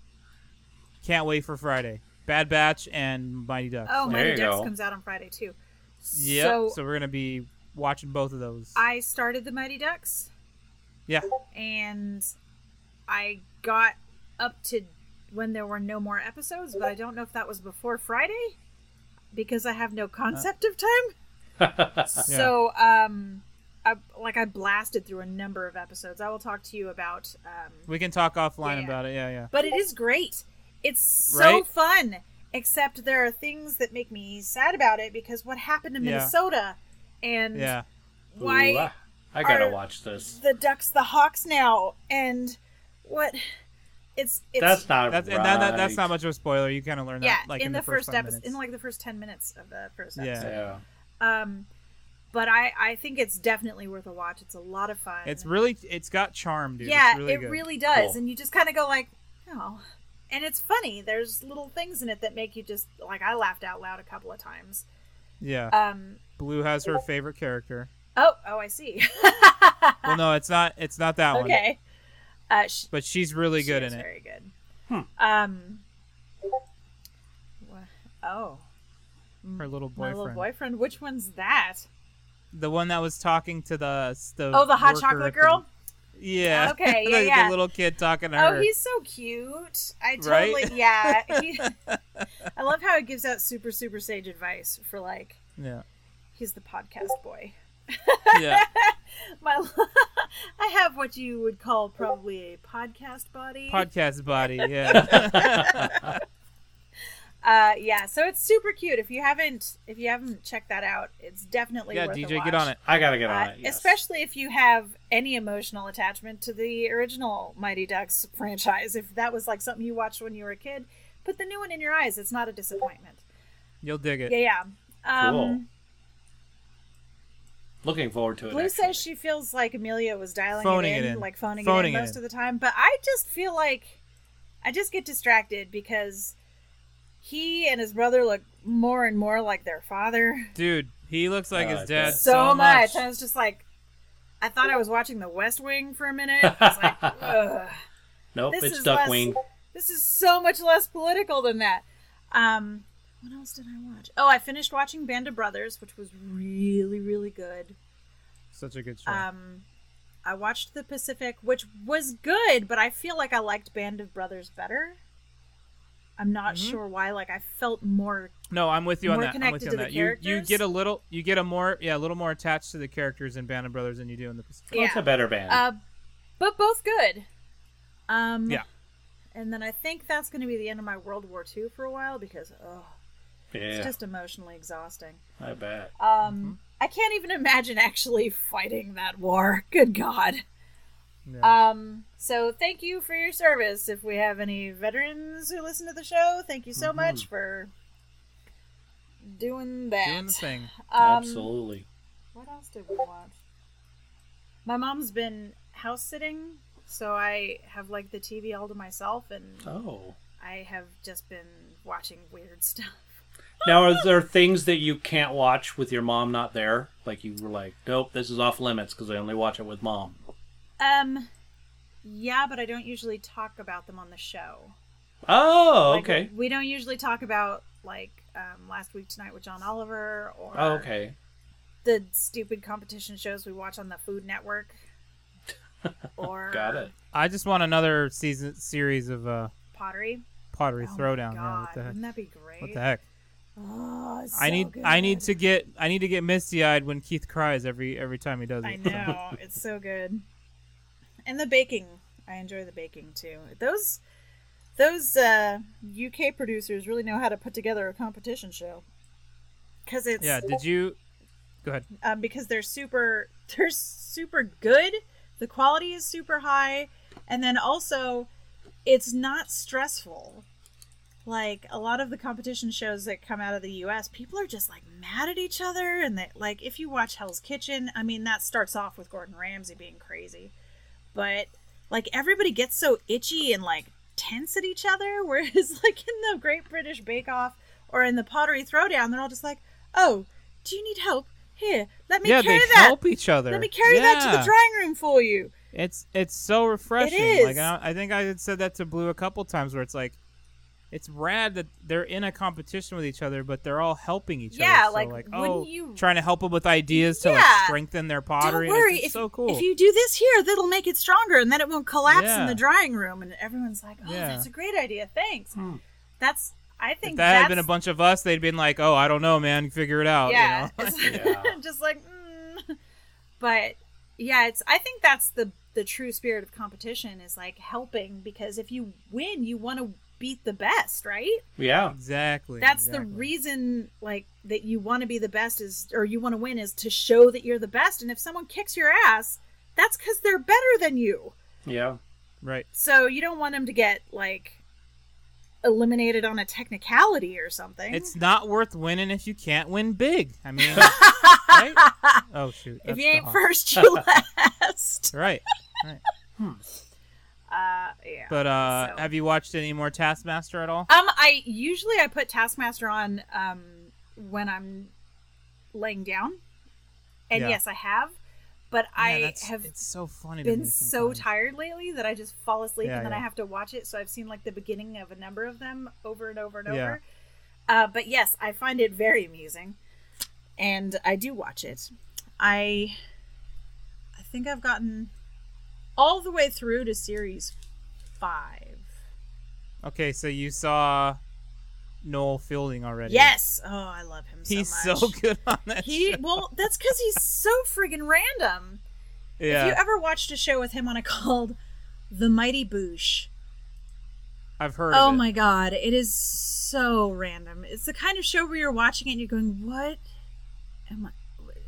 Speaker 3: Can't wait for Friday. Bad Batch and Mighty Ducks.
Speaker 2: Oh,
Speaker 1: There
Speaker 2: Mighty
Speaker 1: you
Speaker 2: Ducks
Speaker 1: go.
Speaker 2: comes out on Friday too.
Speaker 3: Yep. So,
Speaker 2: So,
Speaker 3: we're gonna be watching both of those.
Speaker 2: I started the Mighty Ducks.
Speaker 3: yeah.
Speaker 2: and I got up to when there were no more episodes, but I don't know if that was before Friday because I have no concept of time.
Speaker 3: Uh,
Speaker 2: So, um, I, like I blasted through a number of episodes. I will talk to you about, um,
Speaker 3: We can talk offline
Speaker 2: Yeah.
Speaker 3: about it. Yeah, yeah.
Speaker 2: but it is great. It's so
Speaker 3: Right?
Speaker 2: fun. Except there are things that make me sad about it because what happened to
Speaker 3: Yeah.
Speaker 2: Minnesota and
Speaker 3: Yeah.
Speaker 2: why
Speaker 1: Ooh, I- I gotta
Speaker 2: are-
Speaker 1: watch this.
Speaker 2: the ducks the hawks now and what it's it's
Speaker 1: That's not
Speaker 3: That's
Speaker 1: right.
Speaker 3: and that, that, that's not much of a spoiler. You kind of learn
Speaker 2: yeah
Speaker 3: that like
Speaker 2: in, the, first,
Speaker 3: five
Speaker 2: episode
Speaker 3: minutes.
Speaker 2: in like the first 10 minutes of the first
Speaker 3: Yeah.
Speaker 2: episode
Speaker 1: Yeah.
Speaker 2: um but i i think it's definitely worth a watch it's a lot of fun
Speaker 3: it's really it's got charm, dude.
Speaker 2: yeah
Speaker 3: it's really
Speaker 2: it
Speaker 3: good.
Speaker 2: really does
Speaker 1: Cool.
Speaker 2: and you just kind of go like oh and it's funny there's little things in it that make you just like i laughed out loud a couple of times
Speaker 3: Yeah.
Speaker 2: um
Speaker 3: Blue has her favorite character.
Speaker 2: oh oh i see
Speaker 3: Well, no, it's not. It's not that one.
Speaker 2: okay uh sh-
Speaker 3: But she's really
Speaker 2: She
Speaker 3: good
Speaker 2: is
Speaker 3: in it.
Speaker 2: Very good. Um. oh, wha- Oh,
Speaker 3: Her little boyfriend.
Speaker 2: my little boyfriend. Which one's that?
Speaker 3: the one that was talking to the the
Speaker 2: Oh, the hot
Speaker 3: worker
Speaker 2: chocolate
Speaker 3: at the-
Speaker 2: girl.
Speaker 3: Yeah.
Speaker 2: Okay,
Speaker 3: the,
Speaker 2: yeah,
Speaker 3: the
Speaker 2: yeah.
Speaker 3: little kid talking to
Speaker 2: Oh,
Speaker 3: her.
Speaker 2: he's so cute. I
Speaker 3: Right?
Speaker 2: totally yeah. He, I love how he gives out super super sage advice for like
Speaker 3: Yeah.
Speaker 2: he's the podcast boy.
Speaker 3: Yeah.
Speaker 2: My I have what you would call probably a podcast body.
Speaker 3: Podcast body. Yeah.
Speaker 2: uh yeah, so it's super cute. If you haven't if you haven't checked that out, it's definitely
Speaker 3: yeah.
Speaker 2: worth a
Speaker 3: DJ,
Speaker 2: watch.
Speaker 3: get on it.
Speaker 1: I gotta get on
Speaker 2: Uh,
Speaker 1: it. yes.
Speaker 2: Especially if you have any emotional attachment to the original Mighty Ducks franchise. If that was like something you watched when you were a kid, put the new one in your eyes. It's not a disappointment.
Speaker 3: You'll dig it.
Speaker 2: Yeah, yeah. Um,
Speaker 1: Cool. Looking forward to it.
Speaker 2: Blue
Speaker 1: actually.
Speaker 2: says she feels like Amelia was dialing
Speaker 3: Phoning
Speaker 2: it, in,
Speaker 3: it in.
Speaker 2: like phoning,
Speaker 3: Phoning
Speaker 2: it
Speaker 3: it
Speaker 2: in most
Speaker 3: in.
Speaker 2: of the time. But I just feel like I just get distracted because he and his brother look more and more like their father
Speaker 3: Dude, he looks like
Speaker 1: Oh, I
Speaker 3: his dad
Speaker 1: bet.
Speaker 2: so, much. I was just like, I thought I was watching The West Wing for a minute. I was like, ugh.
Speaker 1: nope,
Speaker 2: this
Speaker 1: it's
Speaker 2: is less-
Speaker 1: Duckwing.
Speaker 2: This is so much less political than that. Um, what else did I watch? Oh, I finished watching Band of Brothers, which was really, really good.
Speaker 3: Such a good show.
Speaker 2: Um, I watched The Pacific, which was good, but I feel like I liked Band of Brothers better. I'm not
Speaker 1: Mm-hmm.
Speaker 3: Mhm.
Speaker 2: sure why. Like I felt more.
Speaker 3: no, I'm with you on
Speaker 2: more
Speaker 3: that. I'm with
Speaker 2: connected
Speaker 3: you
Speaker 2: to
Speaker 3: on
Speaker 2: the
Speaker 3: that. You you
Speaker 2: characters?
Speaker 3: get a little you get a more yeah a little more attached to the characters in Band of Brothers than you do in the Pacific.
Speaker 1: Well, It's
Speaker 2: yeah.
Speaker 1: a better band.
Speaker 2: Uh, but both good. Um,
Speaker 3: Yeah.
Speaker 2: And then I think that's going to be the end of my World War II for a while because oh,
Speaker 1: yeah,
Speaker 2: it's just emotionally exhausting.
Speaker 1: I bet.
Speaker 2: Um,
Speaker 3: Mm-hmm.
Speaker 2: I can't even imagine actually fighting that war. Good God.
Speaker 3: Yeah.
Speaker 2: Um, so thank you for your service. If we have any veterans who listen to the show, thank you
Speaker 3: Mm-hmm.
Speaker 2: so much for doing that.
Speaker 3: Doing the thing.
Speaker 2: Um,
Speaker 1: Absolutely.
Speaker 2: What else did we watch? My mom's been house sitting, so I have like the TV all to myself, and
Speaker 1: Oh.
Speaker 2: I have just been watching weird stuff.
Speaker 1: Now, are there things that you can't watch with your mom not there? Like you were like, nope, this is off limits because I only watch it with mom.
Speaker 2: Um, yeah, but I don't usually talk about them on the show.
Speaker 1: Oh,
Speaker 2: Like,
Speaker 1: okay.
Speaker 2: we don't usually talk about like um, last week tonight with John Oliver or
Speaker 1: Oh, okay.
Speaker 2: the stupid competition shows we watch on the Food Network. or
Speaker 1: Got it.
Speaker 3: I just want another season series of uh,
Speaker 2: pottery.
Speaker 3: pottery
Speaker 2: Oh my
Speaker 3: throwdown. Yeah,
Speaker 2: God,
Speaker 3: what the heck?
Speaker 2: Wouldn't that be great?
Speaker 3: What the heck?
Speaker 2: Oh, it's
Speaker 3: I
Speaker 2: so
Speaker 3: need
Speaker 2: good.
Speaker 3: I need to get I need to get misty eyed when Keith cries every every time he does it.
Speaker 2: I know it's so good. And the baking, I enjoy the baking too. Those those uh, UK producers really know how to put together a competition show because it's
Speaker 3: Yeah. Did you? Go ahead.
Speaker 2: um, because they're super they're super good. The quality is super high, and then also it's not stressful. Like a lot of the competition shows that come out of the U.S., people are just like mad at each other, and that like if you watch Hell's Kitchen, I mean that starts off with Gordon Ramsay being crazy, but like everybody gets so itchy and like tense at each other. Whereas like in the Great British Bake Off or in the Pottery Throwdown, they're all just like, "Oh, do you need help? Here, let me
Speaker 3: yeah,
Speaker 2: carry
Speaker 3: they
Speaker 2: that.
Speaker 3: help each other.
Speaker 2: Let me carry that to
Speaker 3: Yeah.
Speaker 2: the drawing room for you."
Speaker 3: It's it's so refreshing.
Speaker 2: It
Speaker 3: Like
Speaker 2: is.
Speaker 3: I, I think I had said that to Blue a couple times where it's like, it's rad that they're in a competition with each other, but they're all helping each
Speaker 2: Yeah,
Speaker 3: other. So,
Speaker 2: like,
Speaker 3: like
Speaker 2: wouldn't
Speaker 3: oh,
Speaker 2: you-
Speaker 3: trying to help them with ideas to like
Speaker 2: Yeah.
Speaker 3: strengthen their pottery.
Speaker 2: Don't worry,
Speaker 3: and it's,
Speaker 2: if,
Speaker 3: it's so cool.
Speaker 2: if you do this here, that'll make it stronger, and then it won't collapse
Speaker 3: Yeah.
Speaker 2: in the drying room. And everyone's like, "Oh,
Speaker 3: Yeah.
Speaker 2: that's a great idea. Thanks." That's I
Speaker 3: if
Speaker 2: think
Speaker 3: that had
Speaker 2: that's,
Speaker 3: been a bunch of us, they'd been like, oh, I don't know, man, figure it out.
Speaker 2: yeah,
Speaker 3: You know?
Speaker 2: It's-
Speaker 1: Yeah.
Speaker 2: just like, mm. but yeah, it's. I think that's the the true spirit of competition is like helping because if you win, you want to beat the best, right?
Speaker 1: Yeah.
Speaker 3: exactly.
Speaker 2: that's the
Speaker 3: exactly.
Speaker 2: reason like that you want to be the best is or you want to win is to show that you're the best and if someone kicks your ass that's because they're better than you
Speaker 1: Yeah.
Speaker 3: right.
Speaker 2: so you don't want them to get like eliminated on a technicality or something
Speaker 3: It's not worth winning if you can't win big. I mean, right? Oh shoot!
Speaker 2: if
Speaker 3: that's
Speaker 2: you
Speaker 3: the
Speaker 2: ain't
Speaker 3: honk.
Speaker 2: first you last
Speaker 3: right? Right.
Speaker 2: uh yeah
Speaker 3: But uh,
Speaker 2: So-
Speaker 3: have you watched any more Taskmaster at all?
Speaker 2: um i usually i put taskmaster on um when i'm laying down and
Speaker 3: Yeah.
Speaker 2: yes i have but
Speaker 3: Man,
Speaker 2: i
Speaker 3: that's-
Speaker 2: have
Speaker 3: It's so funny. to
Speaker 2: been
Speaker 3: me
Speaker 2: so
Speaker 3: sometimes.
Speaker 2: tired lately that I just fall asleep
Speaker 3: Yeah,
Speaker 2: and then
Speaker 3: yeah.
Speaker 2: I have to watch it. So I've seen like the beginning of a number of them over and over and
Speaker 3: Yeah.
Speaker 2: over. Uh, but yes, I find it very amusing, and I do watch it. I I think I've gotten all the way through to series five.
Speaker 3: Okay, so you saw Noel Fielding already.
Speaker 2: Yes. Oh, I love him so
Speaker 3: He's so,
Speaker 2: much.
Speaker 3: good on that.
Speaker 2: He
Speaker 3: show.
Speaker 2: well, that's because he's so friggin' random. If
Speaker 3: yeah,
Speaker 2: you ever watched a show with him on it called The Mighty Boosh,
Speaker 3: I've heard.
Speaker 2: oh
Speaker 3: of it.
Speaker 2: my god, it is so random. It's the kind of show where you're watching it and you're going, "What am I?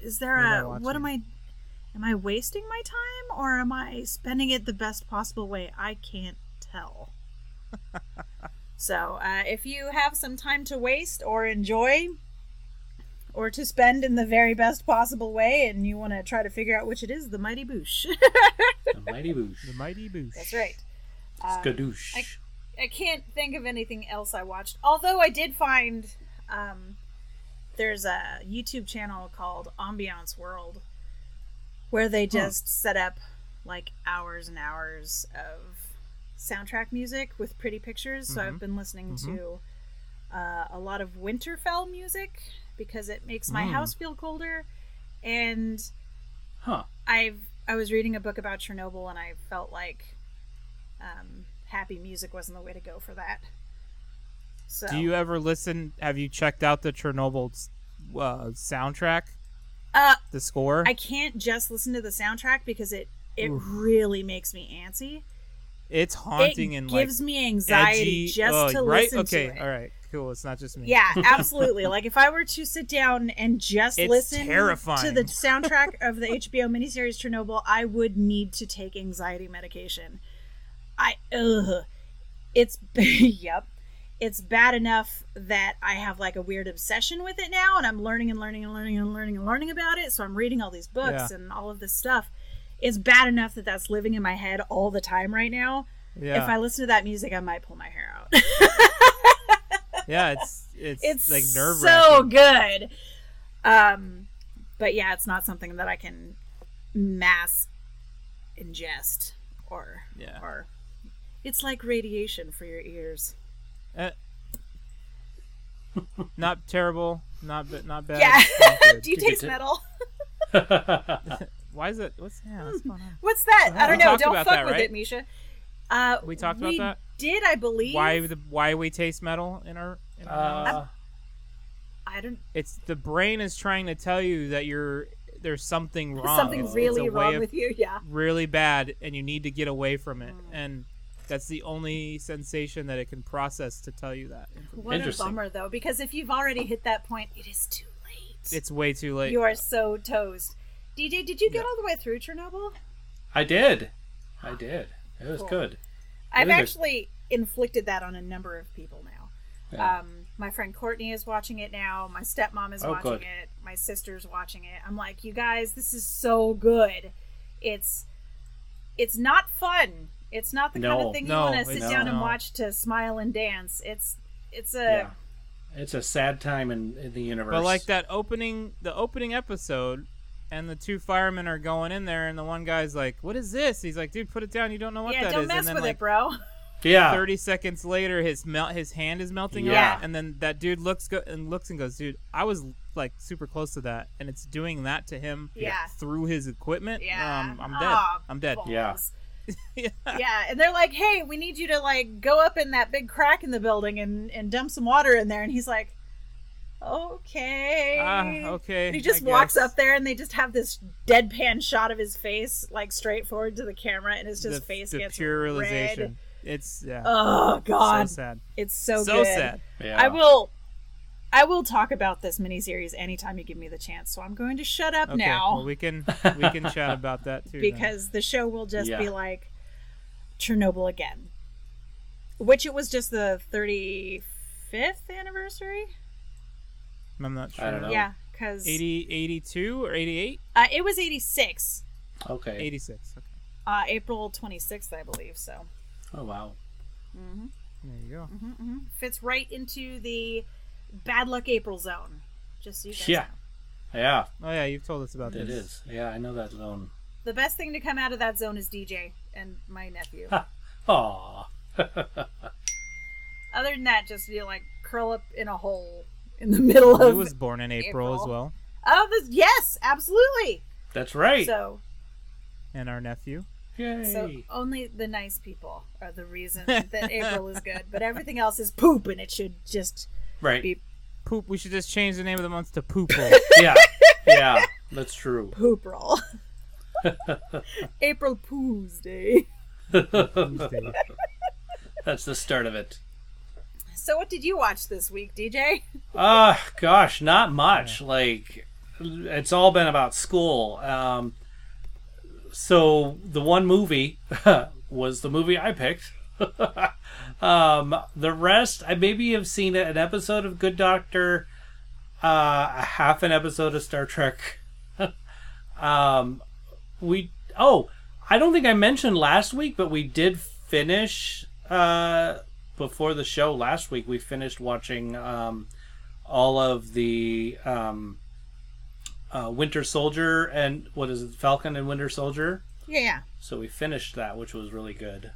Speaker 2: Is there
Speaker 3: What am I
Speaker 2: a what am I? Am I wasting my time or am I spending it the best possible way? I can't tell." so, uh, if you have some time to waste or enjoy. Or to spend in the very best possible way, and you want to try to figure out which it is, the Mighty Boosh.
Speaker 1: The mighty boosh.
Speaker 3: The Mighty Boosh.
Speaker 2: That's right. Um,
Speaker 1: Skadoosh.
Speaker 2: I- I can't think of anything else I watched. Although I did find um, there's a YouTube channel called Ambiance World where they just set up like hours and hours of soundtrack music with pretty pictures. So I've been listening to uh, a lot of Winterfell music because it makes my
Speaker 3: Mm.
Speaker 2: house feel colder. And
Speaker 1: huh.
Speaker 2: I've I was reading a book about Chernobyl and I felt like um, happy music wasn't the way to go for that. So
Speaker 3: Do you ever listen? Have you checked out the Chernobyl uh, soundtrack?
Speaker 2: uh,
Speaker 3: The score.
Speaker 2: I can't just listen to the soundtrack because it it really makes me antsy.
Speaker 3: it's haunting
Speaker 2: it
Speaker 3: and like
Speaker 2: gives me anxiety
Speaker 3: edgy.
Speaker 2: just
Speaker 3: oh,
Speaker 2: to
Speaker 3: right?
Speaker 2: listen
Speaker 3: okay,
Speaker 2: to it.
Speaker 3: all right, cool. It's not just me.
Speaker 2: Yeah, absolutely. like if I were to sit down and just
Speaker 3: It's
Speaker 2: listen to
Speaker 3: terrifying.
Speaker 2: the soundtrack of the HBO miniseries Chernobyl, I would need to take anxiety medication. I ugh. It's yep. It's bad enough that I have like a weird obsession with it now and I'm learning and learning and learning and learning and learning about it. So I'm reading all these books
Speaker 3: Yeah.
Speaker 2: and all of this stuff. It's bad enough that that's living in my head all the time right now.
Speaker 3: yeah,
Speaker 2: If I listen to that music, I might pull my hair out.
Speaker 3: yeah. It's it's,
Speaker 2: it's
Speaker 3: like nerve
Speaker 2: so good um but yeah it's not something that i can mass ingest or
Speaker 3: Yeah.
Speaker 2: or it's like radiation for your ears
Speaker 3: Uh, not terrible. Not ba- not bad.
Speaker 2: Yeah.
Speaker 3: not good.
Speaker 2: do you
Speaker 1: Did you
Speaker 2: taste
Speaker 1: ta-
Speaker 2: metal
Speaker 3: Why is it? What's, yeah, what's going on?
Speaker 2: what's that i
Speaker 3: We
Speaker 2: don't know
Speaker 3: talked
Speaker 2: don't
Speaker 3: about
Speaker 2: fuck
Speaker 3: that,
Speaker 2: with
Speaker 3: right?
Speaker 2: it misha uh
Speaker 3: We talked about that?
Speaker 2: did i believe
Speaker 3: Why the why we taste metal in our? In our mouths?
Speaker 1: Uh,
Speaker 2: i don't
Speaker 3: it's the brain is trying to tell you that you're there's something wrong.
Speaker 2: something
Speaker 3: It's- it's
Speaker 2: really
Speaker 3: a way
Speaker 2: wrong
Speaker 3: of-
Speaker 2: with you yeah
Speaker 3: really bad and you need to get away from it
Speaker 2: Mm.
Speaker 3: and that's the only sensation that it can process to tell you that
Speaker 2: what a
Speaker 1: Interesting.
Speaker 2: bummer though because if you've already hit that point it is too late
Speaker 3: it's way too late
Speaker 2: you are so toast dj did you get all the way through chernobyl
Speaker 1: I did. I did. It was
Speaker 2: Cool.
Speaker 1: good.
Speaker 2: I've
Speaker 1: It is a-
Speaker 2: actually inflicted that on a number of people now.
Speaker 1: Yeah.
Speaker 2: Um, my friend Courtney is watching it now. My stepmom is
Speaker 1: Oh,
Speaker 2: watching
Speaker 1: good.
Speaker 2: it. My sister's watching it. I'm like, you guys, this is so good. It's it's not fun. It's not the kind
Speaker 1: No.
Speaker 2: of thing
Speaker 3: No,
Speaker 2: you want to sit
Speaker 3: it's
Speaker 2: down and
Speaker 3: not.
Speaker 2: watch to smile and dance. It's it's a
Speaker 1: yeah. It's a sad time in, in the universe.
Speaker 3: but like that opening the opening episode and the two firemen are going in there and the one guy's like what is this he's like dude put it down you don't know what that
Speaker 2: yeah.
Speaker 3: is."
Speaker 2: don't mess
Speaker 3: and then
Speaker 2: with
Speaker 3: like
Speaker 2: it, bro.
Speaker 1: Yeah.
Speaker 3: 30 seconds later his melt his hand is melting
Speaker 1: Yeah.
Speaker 3: off and then that dude looks go- and looks and goes dude i was like super close to that and it's doing that to him
Speaker 2: Yeah.
Speaker 3: through his equipment
Speaker 2: Yeah.
Speaker 3: um, i'm dead
Speaker 2: Aw,
Speaker 3: i'm dead
Speaker 2: balls.
Speaker 1: Yeah.
Speaker 3: yeah
Speaker 2: yeah and they're like hey we need you to like go up in that big crack in the building and and dump some water in there and he's like okay
Speaker 3: Ah, okay.
Speaker 2: and he just
Speaker 3: I
Speaker 2: walks
Speaker 3: guess.
Speaker 2: up there and they just have this deadpan shot of his face like straight forward to the camera and it's just
Speaker 3: the,
Speaker 2: face
Speaker 3: the
Speaker 2: gets
Speaker 3: pure
Speaker 2: red.
Speaker 3: realization. It's yeah,
Speaker 2: oh
Speaker 3: so
Speaker 2: god
Speaker 3: sad,
Speaker 2: it's so,
Speaker 3: so
Speaker 2: good
Speaker 3: sad.
Speaker 1: yeah.
Speaker 2: i will i will talk about this miniseries anytime you give me the chance so i'm going to shut up
Speaker 3: Okay,
Speaker 2: now
Speaker 3: well, we can we can chat about that too. then.
Speaker 2: because the show will just
Speaker 1: Yeah.
Speaker 2: be like Chernobyl again, which it was just the 35th anniversary.
Speaker 3: I'm not sure.
Speaker 1: I don't know.
Speaker 2: Yeah, because
Speaker 3: 80, 82 or 88?
Speaker 2: uh, it was 86,
Speaker 1: Okay.
Speaker 3: 86. Okay.
Speaker 2: uh, April 26th, I believe. So
Speaker 1: Oh wow.
Speaker 3: There you go.
Speaker 2: Mm-hmm. fits right into the bad luck April zone. Just so you guys
Speaker 1: Yeah.
Speaker 2: know.
Speaker 1: Yeah.
Speaker 3: Oh yeah, you've told us about
Speaker 1: It
Speaker 3: this.
Speaker 1: is. Yeah, I know that zone.
Speaker 2: The best thing to come out of that zone is DJ and my nephew.
Speaker 1: Aw.
Speaker 2: Other than that, just you know, like curl up in a hole in the middle
Speaker 3: He
Speaker 2: of
Speaker 3: was born in April, as
Speaker 2: April.
Speaker 3: well.
Speaker 2: Oh, this, yes, absolutely.
Speaker 1: That's right.
Speaker 2: So,
Speaker 3: and our nephew.
Speaker 1: Yay.
Speaker 2: so only the nice people are the reason that April is good, but everything else is poop, and it should just
Speaker 1: right.
Speaker 2: be
Speaker 3: Poop. We should just change the name of the month to Poop Hole.
Speaker 1: yeah. Yeah. That's true.
Speaker 2: poop roll. April Pool's Day.
Speaker 1: That's the start of it.
Speaker 2: So, what did you watch this week, DJ?
Speaker 1: Uh gosh, not much. Like it's all been about school. Um so the one movie was the movie I picked. um the rest I maybe have seen an episode of Good Doctor, uh a half an episode of Star Trek. um we oh, I don't think I mentioned last week, but we did finish uh before the show last week we finished watching um all of the um, uh, Winter Soldier and what is it, Falcon and Winter Soldier.
Speaker 2: Yeah, yeah.
Speaker 1: So we finished that, which was really good.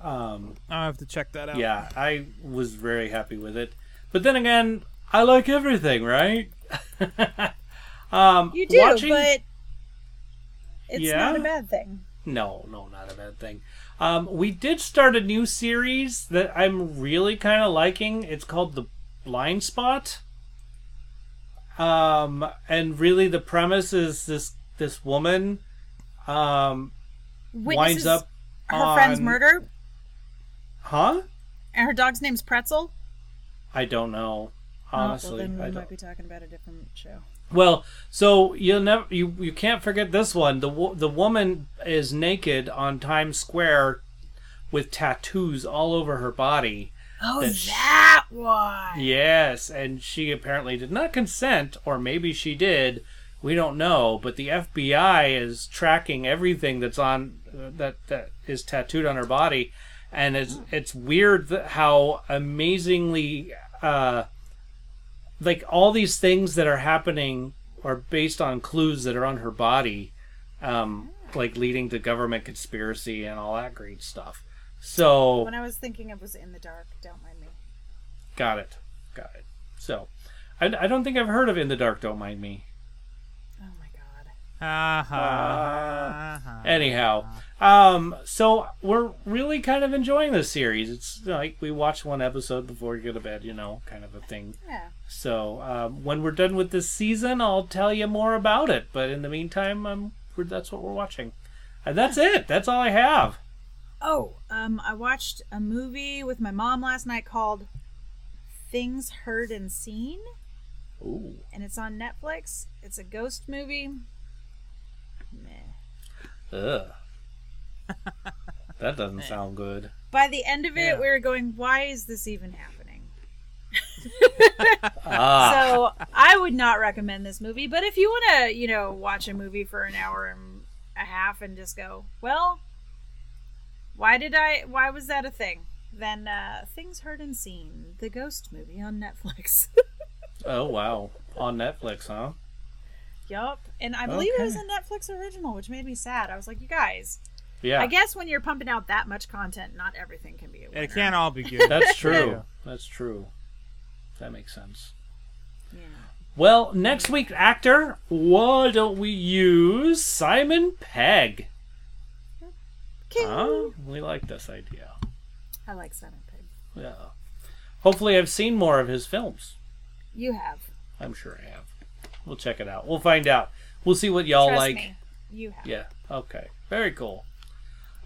Speaker 1: Um,
Speaker 3: I'll have to check that out.
Speaker 1: yeah, I was very happy with it. But then again, I like everything, right? um,
Speaker 2: You do,
Speaker 1: watching-
Speaker 2: but it's
Speaker 1: Yeah.
Speaker 2: not a bad thing.
Speaker 1: No, no, not a bad thing. Um, we did start a new series that I'm really kind of liking. It's called The Blind Spot. Um, and really, the premise is this this woman um, winds
Speaker 2: Witnesses
Speaker 1: up
Speaker 2: her friend's
Speaker 1: on-
Speaker 2: murder,
Speaker 1: Huh?
Speaker 2: and her dog's name's Pretzel.
Speaker 1: I don't know.
Speaker 2: Oh, well,
Speaker 1: Honestly,
Speaker 2: then we
Speaker 1: I
Speaker 2: might
Speaker 1: don't.
Speaker 2: be talking about a different show.
Speaker 1: Well, so you'll never you you can't forget this one. The wo- the woman is naked on Times Square with tattoos all over her body.
Speaker 2: Oh,
Speaker 1: That sh-
Speaker 2: that one.
Speaker 1: Yes, and she apparently did not consent, or maybe she did. We don't know, but the FBI is tracking everything that's on uh, that that is tattooed on her body, and it's it's weird that how amazingly uh, like all these things that are happening are based on clues that are on her body, um, like leading to government conspiracy and all that great stuff. So
Speaker 2: When I was thinking of was in the dark. Don't mind me.
Speaker 1: Got it. Got it. So, I, I don't think I've heard of In the Dark, Don't Mind Me.
Speaker 2: Oh my god.
Speaker 3: Ha
Speaker 1: Uh,
Speaker 3: ha. ha, ha.
Speaker 1: Anyhow, um, so we're really kind of enjoying this series. It's like we watch one episode before we go to bed, you know, kind of a thing.
Speaker 2: Yeah.
Speaker 1: So, um, when we're done with this season, I'll tell you more about it. But in the meantime, um, we're, that's what we're watching. And that's it. That's all I have.
Speaker 2: Oh, um, I watched a movie with my mom last night called Things Heard and Seen,
Speaker 1: Ooh.
Speaker 2: and it's on Netflix. It's a ghost movie. Meh.
Speaker 1: Ugh. that doesn't sound good.
Speaker 2: By the end of it,
Speaker 3: Yeah.
Speaker 2: we were going, "Why is this even happening?"
Speaker 1: Ah.
Speaker 2: so I would not recommend this movie. But if you want to, you know, watch a movie for an hour and a half and just go, well, why did I? Why was that a thing? Then uh, things heard and seen, the ghost movie on Netflix.
Speaker 1: oh, wow. On Netflix, huh?
Speaker 2: yup, and I believe it was a
Speaker 1: Okay.
Speaker 2: Netflix original, which made me sad. I was like, you guys,
Speaker 1: Yeah.
Speaker 2: I guess when you're pumping out that much content, not everything can be. A winner.
Speaker 3: It can't all be good.
Speaker 1: That's
Speaker 3: Yeah.
Speaker 1: true. That's true. That makes sense.
Speaker 2: Yeah.
Speaker 1: Well, next week, actor, why don't we use Simon Pegg?
Speaker 2: King.
Speaker 1: Huh? We like this idea.
Speaker 2: I like Simon Pegg.
Speaker 1: Yeah. Hopefully, I've seen more of his films.
Speaker 2: You have.
Speaker 1: I'm sure I have. We'll check it out. We'll find out. We'll see what y'all
Speaker 2: Trust
Speaker 1: like.
Speaker 2: me. You have.
Speaker 1: Yeah. Okay. Very cool.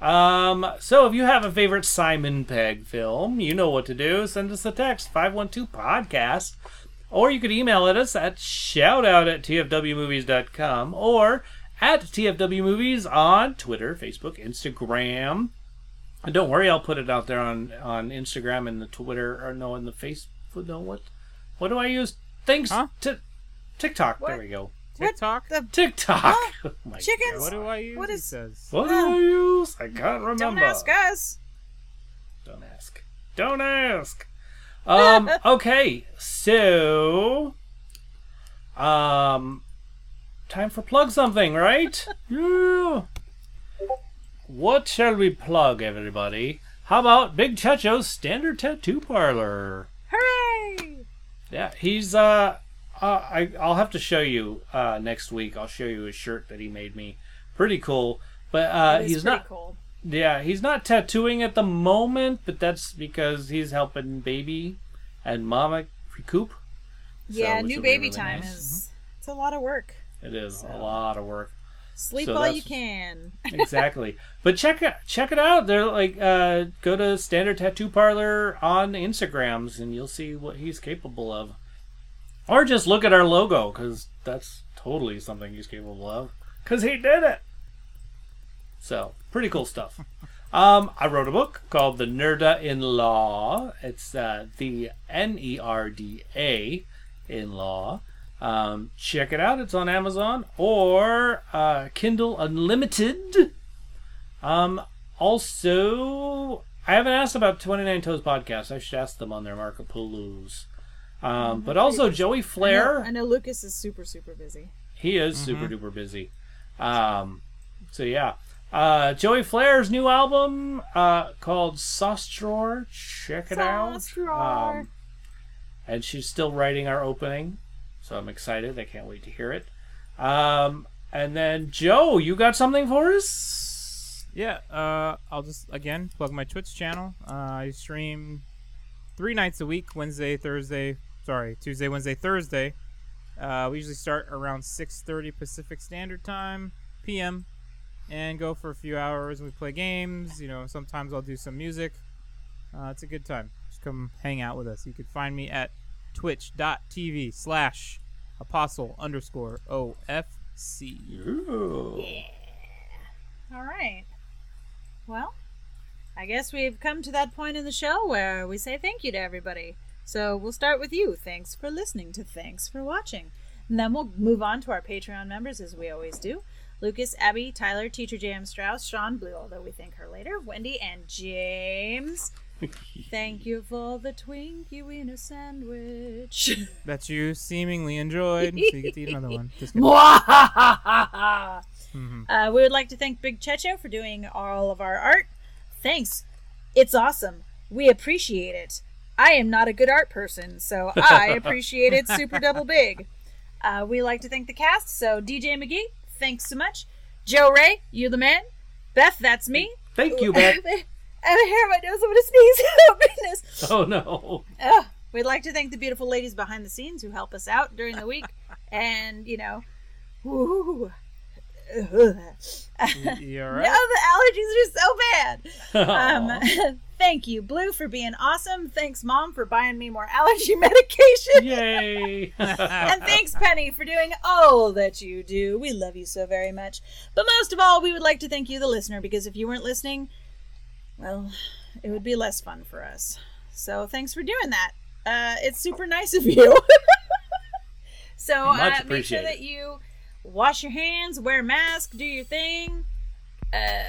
Speaker 1: Um, so if you have a favorite Simon Pegg film, you know what to do. Send us a text, 512 podcast, or you could email at us at shoutout at tfwmovies.com or at tfwmovies on Twitter, Facebook, Instagram. And don't worry, I'll put it out there on, on Instagram and the Twitter, or no, in the Facebook. No, what? What do I use? Thanks
Speaker 3: Huh?
Speaker 1: to TikTok. There
Speaker 2: What?
Speaker 1: we go.
Speaker 3: TikTok.
Speaker 2: The
Speaker 1: TikTok. Oh my
Speaker 2: Chickens?
Speaker 1: God.
Speaker 3: What do I use?
Speaker 2: What
Speaker 3: he
Speaker 2: is-
Speaker 3: says.
Speaker 1: What do
Speaker 2: Oh.
Speaker 1: I use? I can't remember.
Speaker 2: don't ask us.
Speaker 1: Don't ask. Don't ask. Um. okay. So. Um. Time for plug something, right? yeah. What shall we plug, everybody? How about Big Chacho's Standard Tattoo Parlor?
Speaker 2: Hooray!
Speaker 1: Yeah, he's uh uh, I, I'll have to show you uh, next week. I'll show you a shirt that he made me. Pretty cool. But uh,
Speaker 2: It is
Speaker 1: he's
Speaker 2: pretty
Speaker 1: not.
Speaker 2: cool.
Speaker 1: Yeah, he's not tattooing at the moment, but that's because he's helping baby and mama recoup.
Speaker 2: Yeah,
Speaker 1: which
Speaker 2: new
Speaker 1: will be
Speaker 2: baby
Speaker 1: really
Speaker 2: time
Speaker 1: nice. Mm-hmm.
Speaker 2: is it's a lot of work.
Speaker 1: It is
Speaker 2: So-
Speaker 1: a lot of work.
Speaker 2: Sleep
Speaker 1: So
Speaker 2: all you
Speaker 1: that's-
Speaker 2: can.
Speaker 1: exactly. But check it check it out. They're like uh, go to Standard Tattoo Parlor on Instagrams and you'll see what he's capable of. Or just look at our logo because that's totally something he's capable of. Because he did it. So pretty cool stuff. Um, I wrote a book called The Nerda in Law. It's uh, the N E R D A in law. Um, check it out. It's on Amazon or uh, Kindle Unlimited. Um, also, I haven't asked about 29 Toes podcast. I should ask them on their Marco Polo's. Um, but also Joey Flair.
Speaker 2: Oh, I know Lucas is super super busy.
Speaker 1: He is super duper busy. Um, so yeah, uh, Joey Flair's new album uh, called Sauce Drawer. Check it
Speaker 2: Sauce
Speaker 1: out.
Speaker 2: drawer.
Speaker 1: Um, and she's still writing our opening, so I'm excited. I can't wait to hear it. Um, and then Joe, you got something for us?
Speaker 3: Yeah, uh, I'll just again plug my Twitch channel. Uh, I stream three nights a week: Wednesday, Thursday. Sorry, Tuesday, Wednesday, Thursday. Uh, we usually start around 6:30 Pacific Standard Time (PM) and go for a few hours. We play games. You know, sometimes I'll do some music. Uh, it's a good time. Just come hang out with us. You can find me at twitch.tv slash apostle underscore ofc.
Speaker 1: Ooh.
Speaker 2: All right. Well, I guess we've come to that point in the show where we say thank you to everybody. So we'll start with you. Thanks for listening to Thanks for Watching. And then we'll move on to our Patreon members as we always do. Lucas, Abby, Tyler, Teacher J.M. Strauss, Sean Blue, although we thank her later, Wendy, and James. Thank you for the Twinkie in a sandwich.
Speaker 3: that you seemingly enjoyed, so you get to eat another one. Just kidding. Mm-hmm.
Speaker 2: Mwahahaha. uh, we would like to thank Big Checho for doing all of our art. Thanks. It's awesome. We appreciate it. I am not a good art person, so I appreciate it super double big. Uh, we like to thank the cast, so DJ McGee, thanks so much. Joe Ray, you the man. Beth, that's me.
Speaker 1: Thank you, Beth.
Speaker 2: I'm a hair on my nose. I'm gonna sneeze. oh goodness.
Speaker 1: oh no.
Speaker 2: Ugh. We'd like to thank the beautiful ladies behind the scenes who help us out during the week. and, you know, woo. Ugh.
Speaker 3: You- you all right?
Speaker 2: No, the allergies are so bad. Um, thank you, Blue, for being awesome. Thanks, Mom, for buying me more allergy medication.
Speaker 1: Yay.
Speaker 2: And thanks, Penny, for doing all that you do. We love you so very much. But most of all, we would like to thank you, the listener, because if you weren't listening, well, it would be less fun for us. So thanks for doing that. Uh, it's super nice of you. so
Speaker 1: Much
Speaker 2: uh, make sure
Speaker 1: appreciated.
Speaker 2: that you wash your hands, wear a mask, do your thing. Uh,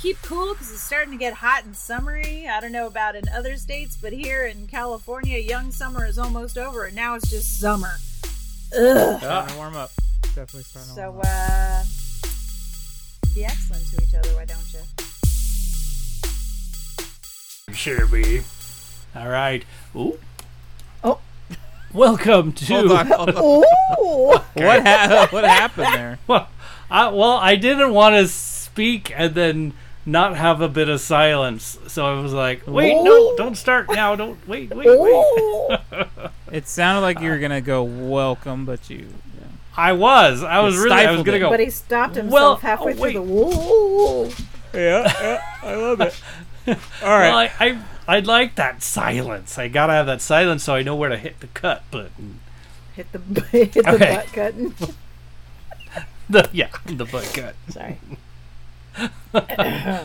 Speaker 2: keep cool because it's starting to get hot and summery. I don't know about in other states, but here in California, young summer is almost over, and now it's just summer. Ugh.
Speaker 3: Starting to warm up. Definitely starting to warm
Speaker 2: So,
Speaker 3: up.
Speaker 2: uh, be excellent to each other, why don't you?
Speaker 1: Sure, babe. All right. Ooh.
Speaker 2: Oh.
Speaker 1: Welcome to.
Speaker 3: Hold on, hold on.
Speaker 2: Oh,
Speaker 3: What, ha- what happened there?
Speaker 1: Well, I, uh, well, I didn't want to speak and then not have a bit of silence, so I was like, "Wait, no,
Speaker 2: Ooh.
Speaker 1: don't start now. Don't wait, wait, wait."
Speaker 3: It sounded like you were gonna go welcome, but you.
Speaker 1: I was, I was really, I was
Speaker 3: stifled
Speaker 1: gonna
Speaker 3: it.
Speaker 1: go.
Speaker 2: but he stopped himself
Speaker 1: Well,
Speaker 2: halfway
Speaker 1: oh,
Speaker 2: through the wall.
Speaker 3: Yeah, yeah, I love it. All right.
Speaker 1: well, I, I, I like that silence. I gotta have that silence so I know where to hit the cut button.
Speaker 2: Hit the hit the
Speaker 1: Okay.
Speaker 2: butt cutting.
Speaker 1: The yeah, the butt cut.
Speaker 2: Sorry.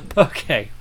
Speaker 1: Okay.